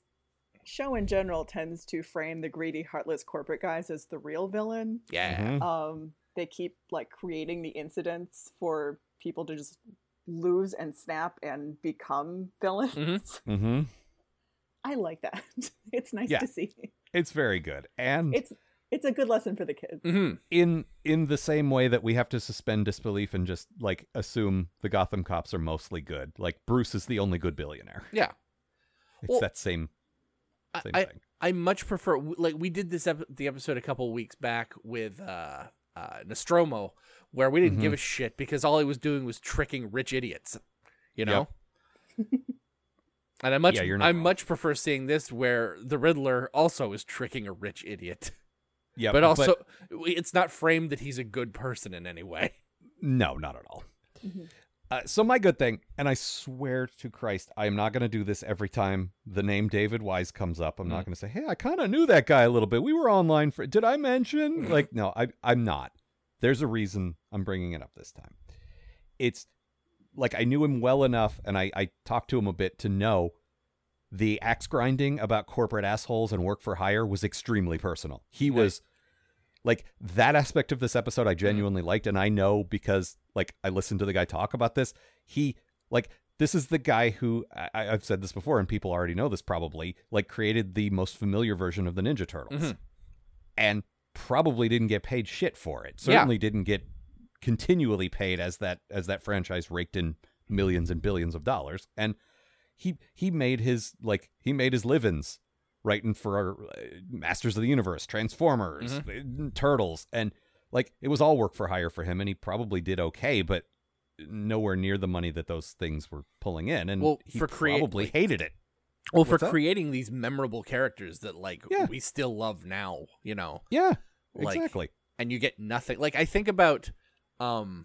Speaker 4: show in general tends to frame the greedy, heartless corporate guys as the real villain.
Speaker 5: Yeah,
Speaker 3: Mhm.
Speaker 4: Um, they keep like creating the incidents for people to just lose and snap and become villains.
Speaker 3: Mm-hmm.
Speaker 4: I like that. It's nice
Speaker 3: Yeah.
Speaker 4: to see.
Speaker 3: It's very good. And
Speaker 4: It's it's a good lesson for the kids.
Speaker 3: Mm-hmm.
Speaker 5: hmm
Speaker 3: in in the same way that we have to suspend disbelief and just like assume the Gotham cops are mostly good. Like Bruce is the only good billionaire.
Speaker 5: yeah.
Speaker 3: It's
Speaker 5: Well,
Speaker 3: that same
Speaker 5: I-
Speaker 3: same
Speaker 5: I,
Speaker 3: thing.
Speaker 5: I much prefer like we did this ep- the episode a couple weeks back with uh, uh, Nostromo, where we didn't give
Speaker 3: Mm-hmm.
Speaker 5: a shit because all he was doing was tricking rich idiots, you know. and I much
Speaker 3: Yeah, you're not
Speaker 5: I
Speaker 3: wrong.
Speaker 5: much prefer seeing this where the Riddler also is tricking a rich idiot.
Speaker 3: Yeah,
Speaker 5: but also it's not framed that he's a good person in any way.
Speaker 3: No, not at all. Uh, so my good thing, and I swear to Christ, I am not going to do this every time the name David Wise comes up. I'm
Speaker 5: Mm-hmm.
Speaker 3: not going to say, "Hey, I kind of knew that guy a little bit. We were online for." Did I mention? like, no, I, I'm not. There's a reason I'm bringing it up this time. It's like I knew him well enough, and I, I talked to him a bit to know the axe grinding about corporate assholes and work for hire was extremely personal. He was like that aspect of this episode I genuinely liked and I know because like I listened to the guy talk about this he like this is the guy who I, I- I've said this before and people already know this probably like created the most familiar version of the Ninja Turtles and probably didn't get paid shit for it
Speaker 5: Yeah.
Speaker 3: certainly didn't get continually paid as that as that franchise raked in millions and billions of dollars and he he made his like he made his livings writing for uh, Masters of the Universe, Transformers,
Speaker 5: Mm-hmm.
Speaker 3: uh, Turtles, and like it was all work for hire for him, and he probably did okay, but nowhere near the money that those things were pulling in, and
Speaker 5: Well,
Speaker 3: he
Speaker 5: for create-
Speaker 3: probably hated it.
Speaker 5: Well, for
Speaker 3: What's that?
Speaker 5: creating these memorable characters that like
Speaker 3: Yeah.
Speaker 5: we still love now, you know.
Speaker 3: Yeah,
Speaker 5: Like-
Speaker 3: exactly.
Speaker 5: and you get nothing. Like I think about, um,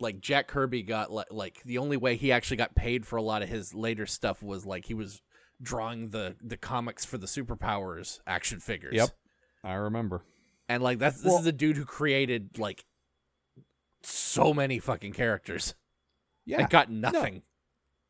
Speaker 5: like Jack Kirby got like, like the only way he actually got paid for a lot of his later stuff was like he was drawing the the comics for the superpowers action figures.
Speaker 3: Yep. I remember.
Speaker 5: And like that's this
Speaker 4: Well-
Speaker 5: is a dude who created like so many fucking characters
Speaker 3: Yeah,
Speaker 5: and got nothing.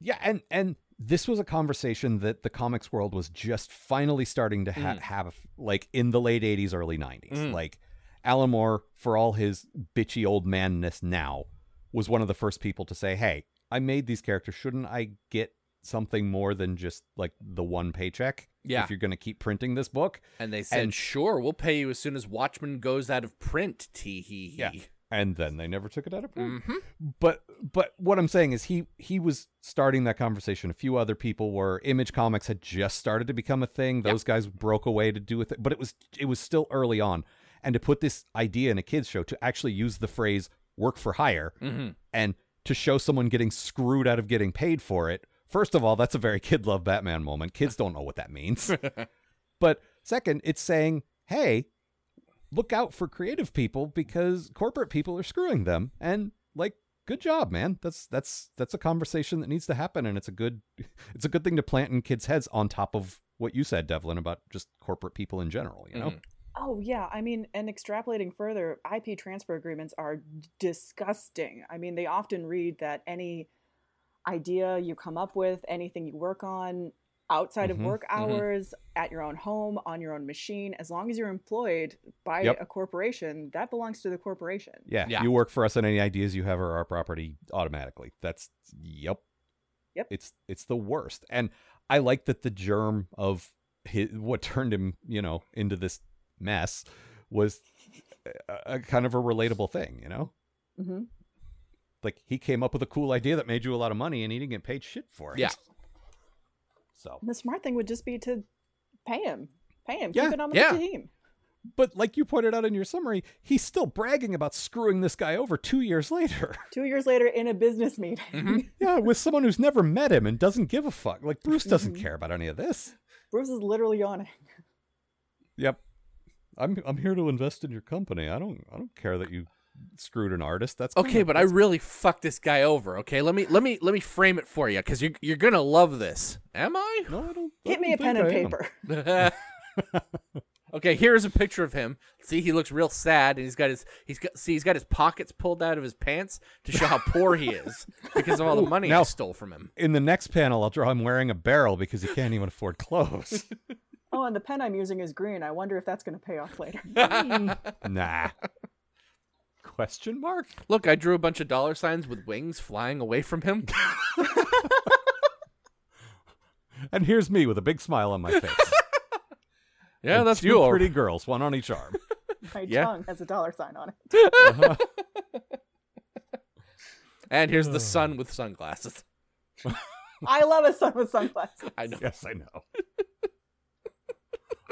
Speaker 3: yeah, and and this was a conversation that the comics world was just finally starting to ha- have, like in the late '80s, early '90s.
Speaker 5: Mm.
Speaker 3: Like Alan Moore, for all his bitchy old manness now, was one of the first people to say, "Hey, I made these characters. Shouldn't I get something more than just like the one paycheck?
Speaker 5: Yeah.
Speaker 3: if you're going to keep printing this book."
Speaker 5: And they said,
Speaker 3: And-
Speaker 5: "Sure, we'll pay you as soon as Watchmen goes out of print." Tee hee hee.
Speaker 3: Yeah. And then they never took it out of print.
Speaker 5: Mhm.
Speaker 3: but but what I'm saying is he he was starting that conversation. A few other people were. Image Comics had just started to become a thing. Those guys broke away to do with it, but it was it was still early on. And to put this idea in a kids show to actually use the phrase "work for hire"
Speaker 5: Mhm.
Speaker 3: and to show someone getting screwed out of getting paid for it. First of all, that's a very kid love Batman moment. Kids don't know what that means. but second, it's saying, "Hey, look out for creative people because corporate people are screwing them." And like, good job, man. That's that's that's a conversation that needs to happen, and it's a good it's a good thing to plant in kids' heads on top of what you said, Devlin, about just corporate people in general. You know,
Speaker 5: Mhm.
Speaker 4: Oh yeah, I mean, and extrapolating further, IP transfer agreements are disgusting. I mean, they often read that any idea you come up with, anything you work on outside
Speaker 3: Mhm,
Speaker 4: of work
Speaker 5: mhm.
Speaker 4: hours, at your own home, on your own machine, as long as you're employed by
Speaker 3: Yep.
Speaker 4: a corporation, that belongs to the corporation.
Speaker 3: yeah,
Speaker 5: Yeah.
Speaker 3: you work for us, and any ideas you have are our property automatically. That's yep,
Speaker 4: Yep.
Speaker 3: It's it's the worst, and I like that the germ of his, what turned him, you know, into this mess was a, a kind of a relatable thing, you know.
Speaker 4: Mhm.
Speaker 3: like he came up with a cool idea that made you a lot of money and he didn't get paid shit for it.
Speaker 5: Yeah.
Speaker 3: So,
Speaker 4: And the smart thing would just be to pay him, pay him,
Speaker 3: Yeah,
Speaker 4: keep it on the
Speaker 5: yeah.
Speaker 4: team.
Speaker 3: but like you pointed out in your summary, he's still bragging about screwing this guy over 2 years later.
Speaker 4: Two years later, in a business meeting,
Speaker 3: yeah, with someone who's never met him and doesn't give a fuck. Like Bruce doesn't care about any of this.
Speaker 4: Bruce is literally yawning.
Speaker 3: Yep. I'm I'm here to invest in your company. I don't I don't care that you screwed an artist. That's kinda-
Speaker 5: Okay, but I
Speaker 3: that's-
Speaker 5: really fucked this guy over. Okay, let me let me let me frame it for you because you're you're gonna love this. Am I?
Speaker 3: No, I don't. I
Speaker 4: Get me a
Speaker 3: don't
Speaker 4: pen
Speaker 3: think
Speaker 4: and
Speaker 3: I am.
Speaker 4: paper.
Speaker 5: okay, here is a picture of him. See, he looks real sad, and he's got his he's got see he's got his pockets pulled out of his pants to show how poor he is because of all the money I
Speaker 3: now-
Speaker 5: stole from him.
Speaker 3: In the next panel, I'll draw him wearing a barrel because he can't even afford clothes.
Speaker 4: Oh, and the pen I'm using is green. I wonder if that's going to pay off later.
Speaker 3: nah. Question mark?
Speaker 5: Look, I drew a bunch of dollar signs with wings flying away from him.
Speaker 3: And here's me with a big smile on my face.
Speaker 5: yeah,
Speaker 3: And
Speaker 5: that's
Speaker 3: two
Speaker 5: you. all
Speaker 3: pretty
Speaker 5: right.
Speaker 3: girls, one on each arm.
Speaker 4: My
Speaker 5: Yeah.
Speaker 4: tongue has a dollar sign on it.
Speaker 5: And here's the sun with sunglasses.
Speaker 4: I love a sun with sunglasses.
Speaker 5: I know.
Speaker 3: yes, I know.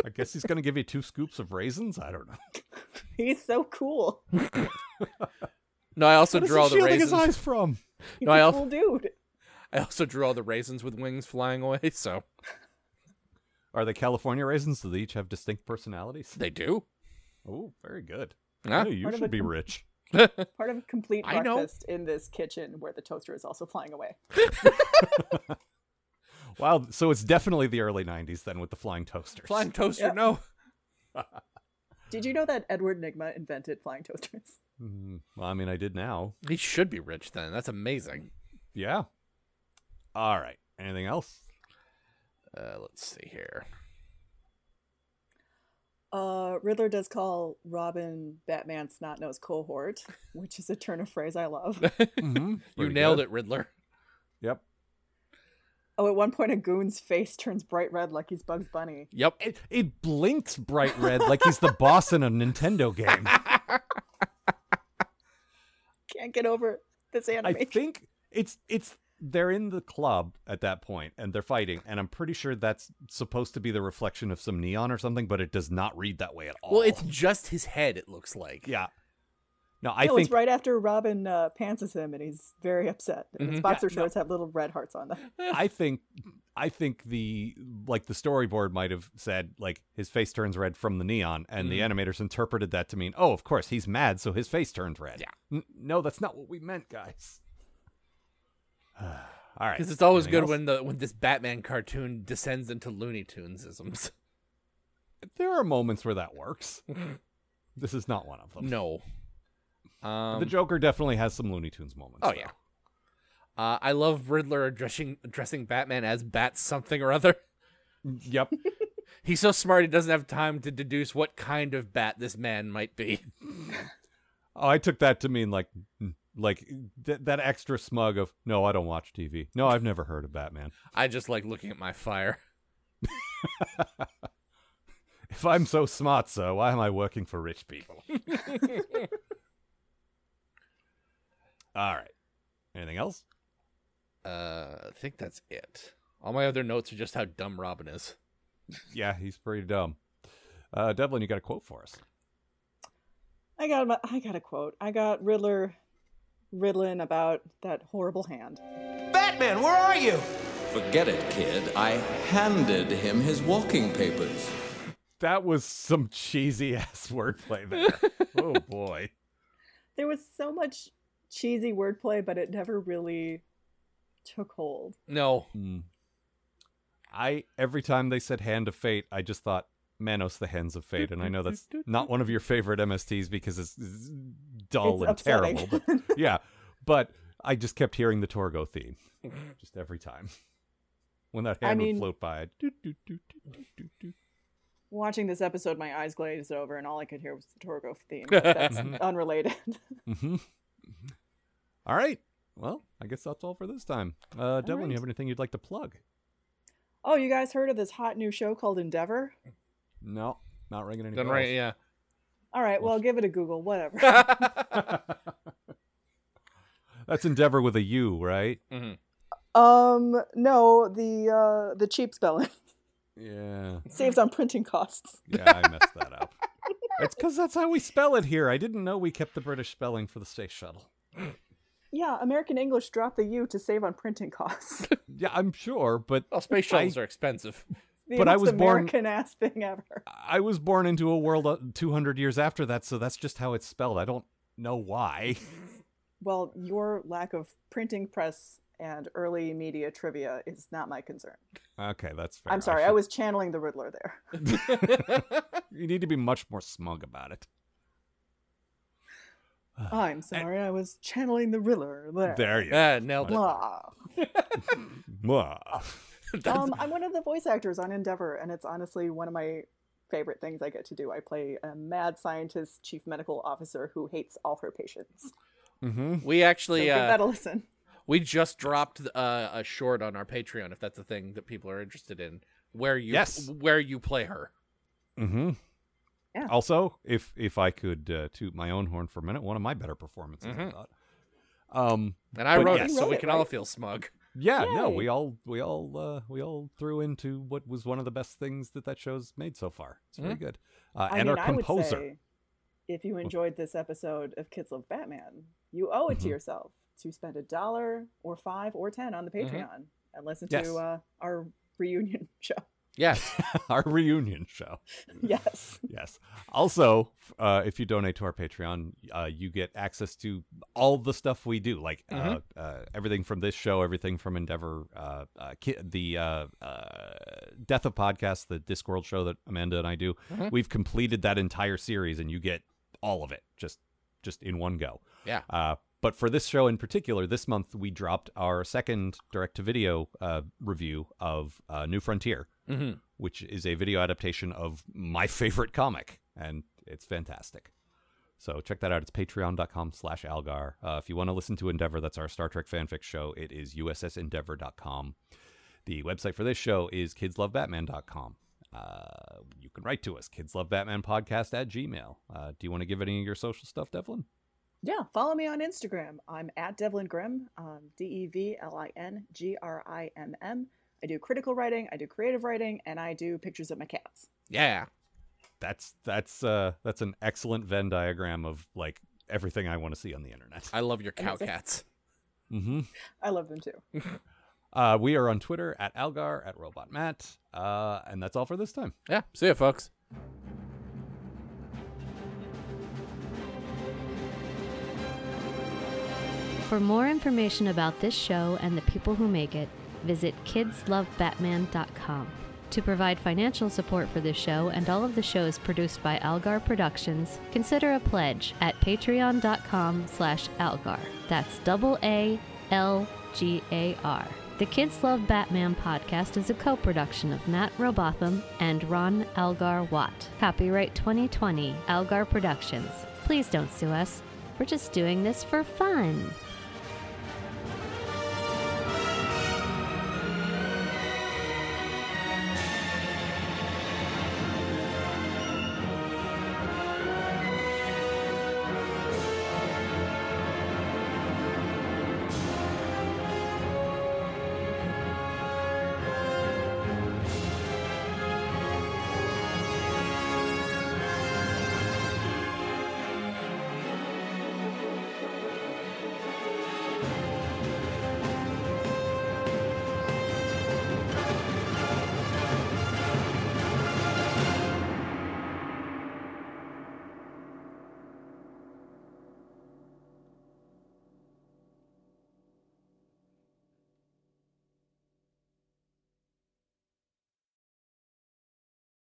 Speaker 3: I guess he's going to give you two scoops of raisins. I don't know.
Speaker 4: He's so cool.
Speaker 5: No, I also
Speaker 3: What is
Speaker 5: drew all
Speaker 3: he
Speaker 5: the
Speaker 3: shielding his
Speaker 5: raisins.
Speaker 3: eyes from?
Speaker 4: He's
Speaker 5: No, I
Speaker 4: a
Speaker 5: al-
Speaker 4: cool dude.
Speaker 5: I also drew all the raisins with wings flying away. So
Speaker 3: Are they California raisins? Do they each have distinct personalities?
Speaker 5: they do.
Speaker 3: Oh, very good.
Speaker 5: Huh?
Speaker 3: Hey, you
Speaker 4: Part of
Speaker 3: should
Speaker 4: a
Speaker 3: be
Speaker 4: com-
Speaker 3: rich.
Speaker 4: Part of complete
Speaker 5: I know.
Speaker 4: breakfast in this kitchen where the toaster is also flying away.
Speaker 3: Wow. So it's definitely the early 90s then with the flying toasters.
Speaker 5: Flying toaster,
Speaker 4: Yeah.
Speaker 5: no.
Speaker 4: Did you know that Edward Nigma invented flying toasters?
Speaker 3: Mm, well, I mean, I did now.
Speaker 5: He should be rich then. That's amazing.
Speaker 3: Yeah. All right. Anything else?
Speaker 5: Uh, let's see here.
Speaker 4: Uh, Riddler does call Robin Batman Snot Nose Cohort, which is a turn of phrase I love.
Speaker 5: Mm-hmm. you nailed it, Riddler.
Speaker 3: Yep.
Speaker 4: Oh, at one point, a goon's face turns bright red like he's Bugs Bunny.
Speaker 5: Yep.
Speaker 3: It, it blinks bright red like he's the boss in a Nintendo game.
Speaker 4: Can't get over this anime.
Speaker 3: I think it's it's they're in the club at that point and they're fighting and I'm pretty sure that's supposed to be the reflection of some neon or something but it does not read that way at all.
Speaker 5: Well, it's just his head, it looks like.
Speaker 3: yeah. No, I
Speaker 4: no,
Speaker 3: think
Speaker 4: it's right after Robin uh, pantses him and he's very upset. And
Speaker 3: Mm-hmm.
Speaker 4: his
Speaker 5: Mhm.
Speaker 4: boxer shorts have little red hearts on them.
Speaker 3: I think I think the like the storyboard might have said like his face turns red from the neon, and the
Speaker 5: Mm-hmm.
Speaker 3: animators interpreted that to mean, oh, of course he's mad, so his face turned red.
Speaker 5: Yeah.
Speaker 3: N- no, that's not what we meant, guys. All right,
Speaker 5: Because it's always
Speaker 3: anything
Speaker 5: good
Speaker 3: else?
Speaker 5: when the when this Batman cartoon descends into Looney Tunes isms.
Speaker 3: there are moments where that works. this is not one of them.
Speaker 5: No. Um,
Speaker 3: the Joker definitely has some Looney Tunes moments.
Speaker 5: Oh
Speaker 3: though.
Speaker 5: yeah. Uh, I love Riddler addressing addressing Batman as Bat something or other.
Speaker 3: Yep.
Speaker 5: He's so smart he doesn't have time to deduce what kind of bat this man might be.
Speaker 3: Oh, I took that to mean like like th- that extra smug of no, I don't watch TV. No, I've never heard of Batman.
Speaker 5: I just like looking at my fire.
Speaker 3: If I'm so smart, so why am I working for rich people? All right. Anything else?
Speaker 5: Uh, I think that's it. All my other notes are just how dumb Robin is.
Speaker 3: Yeah, he's pretty dumb. Uh, Devlin, you got a quote for us?
Speaker 4: I got, my, I got a quote. I got Riddler riddling about that horrible hand.
Speaker 7: Batman, where are you?
Speaker 8: Forget it, kid. I handed him his walking papers.
Speaker 3: That was some cheesy ass wordplay there. oh boy.
Speaker 4: There was so much cheesy wordplay, but it never really took hold.
Speaker 5: No.
Speaker 3: Hmm. I every time they said hand of fate, I just thought Manos the hands of fate, and I know that's not one of your favorite MSTs because it's, it's dull
Speaker 4: It's
Speaker 3: and
Speaker 4: upsetting.
Speaker 3: terrible. but- yeah, but I just kept hearing the Torgo theme just every time when that
Speaker 4: I
Speaker 3: hand
Speaker 4: mean-
Speaker 3: would float by. I'd doo, doo, doo, doo, doo, doo, doo.
Speaker 4: Watching this episode, my eyes glazed over, and all I could hear was the Torgo theme. but That's unrelated.
Speaker 3: Mhm. All right. Well, I guess that's all for this time. Uh, Devlin,
Speaker 4: right.
Speaker 3: you have anything you'd like to plug?
Speaker 4: Oh, you guys heard of this hot new show called Endeavor?
Speaker 3: No, not ringing any
Speaker 5: Then
Speaker 3: bells.
Speaker 5: right, yeah.
Speaker 4: All right, well, give it a Google, whatever.
Speaker 3: That's Endeavor with a U, right?
Speaker 4: um, no, the uh, the cheap spelling
Speaker 3: Yeah.
Speaker 4: saves on printing costs.
Speaker 3: Yeah, I messed that up. It's because that's how we spell it here. I didn't know we kept the British spelling for the space shuttle.
Speaker 4: Yeah, American English dropped the U to save on printing costs.
Speaker 3: Yeah, I'm sure, but
Speaker 5: Well, space shuttles are expensive.
Speaker 4: The
Speaker 3: But I
Speaker 4: most
Speaker 3: was born-
Speaker 4: American ass thing ever.
Speaker 3: I was born into a world uh, 200 years after that, so that's just how it's spelled. I don't know why.
Speaker 4: Well, your lack of printing press and early media trivia is not my concern.
Speaker 3: Okay, that's fair.
Speaker 4: I'm sorry, I,
Speaker 3: should-
Speaker 4: was channeling the Riddler there.
Speaker 3: You need to be much more smug about it.
Speaker 4: I'm sorry, I was channeling the Riddler there.
Speaker 3: There you
Speaker 5: Yeah, nailed it.
Speaker 4: Blah.
Speaker 3: go.
Speaker 4: Um, I'm one of the voice actors on Endeavor, and it's honestly one of my favorite things I get to do. I play a mad scientist, chief medical officer who hates all her patients.
Speaker 3: hmm
Speaker 5: We
Speaker 4: So
Speaker 5: actually
Speaker 4: give
Speaker 5: uh,
Speaker 4: that a listen.
Speaker 5: we just dropped uh, a short on our Patreon if that's a thing that people are interested in where you
Speaker 3: Yes.
Speaker 5: where you play her.
Speaker 3: Mm-hmm.
Speaker 4: Yeah.
Speaker 3: Also, if if I could uh, toot my own horn for a minute, one of my better performances, I
Speaker 5: Mhm.
Speaker 3: thought. Um.
Speaker 5: And I
Speaker 3: But
Speaker 5: wrote
Speaker 3: yes.
Speaker 5: it so
Speaker 4: Wrote
Speaker 5: we
Speaker 4: it,
Speaker 5: can all
Speaker 4: right?
Speaker 5: feel smug.
Speaker 3: Yeah. No.
Speaker 4: Yay.
Speaker 3: We all we all uh, we all threw into what was one of the best things that that show's made so far. It's very good. Uh,
Speaker 4: I
Speaker 3: and
Speaker 4: mean,
Speaker 3: our
Speaker 4: I would
Speaker 3: composer.
Speaker 4: say if you enjoyed this episode of Kids Love Batman, you owe it
Speaker 3: Mm-hmm.
Speaker 4: to yourself to spend a dollar or five or ten on the Patreon and listen
Speaker 3: Mm-hmm. Yes.
Speaker 4: to uh, our reunion show.
Speaker 5: Yes.
Speaker 3: our reunion show.
Speaker 4: Yes.
Speaker 3: Yes. Also, uh, if you donate to our Patreon, uh, you get access to all the stuff we do, like uh, uh, everything from this show, everything from Endeavor, uh, uh, ki- the uh, uh, Death of Podcasts, the Discworld show that Amanda and I do. We've completed that entire series, and you get all of it just just in one go.
Speaker 5: Yeah.
Speaker 3: Uh, but for this show in particular, this month we dropped our second direct to video uh, review of uh, New Frontier,
Speaker 5: Mhm.
Speaker 3: which is a video adaptation of my favorite comic, and it's fantastic. So check that out. It's patreon.com slash algar. Uh, if you want to listen to Endeavor, that's our Star Trek fanfic show. It is ussendeavor.com. The website for this show is kidslovebatman.com. Uh, you can write to us, kidslovebatmanpodcast at gmail. Uh, do you want to give any of your social stuff, Devlin?
Speaker 4: Yeah. Follow me on Instagram. I'm at Devlin Grimm, um, D E V L I N G R I M M. I do critical writing, I do creative writing, and I do pictures of my cats.
Speaker 5: Yeah.
Speaker 3: that's that's uh that's an excellent Venn diagram of like everything I want to see on the internet.
Speaker 5: I love your cow cats.
Speaker 3: hmm
Speaker 4: I love them too.
Speaker 3: Uh, we are on Twitter at Algar at Robot Matt, uh, and that's all for this time.
Speaker 5: Yeah. See ya, folks.
Speaker 2: For more information about this show and the people who make it, visit kidslovebatman.com. To provide financial support for this show and all of the shows produced by Algar Productions, consider a pledge at patreon.com slash algar. That's double A L G A R. The Kids Love Batman podcast is a co production of Matt Robotham and Ron Algar Watt. Copyright 2020, Algar Productions. Please don't sue us. We're just doing this for fun.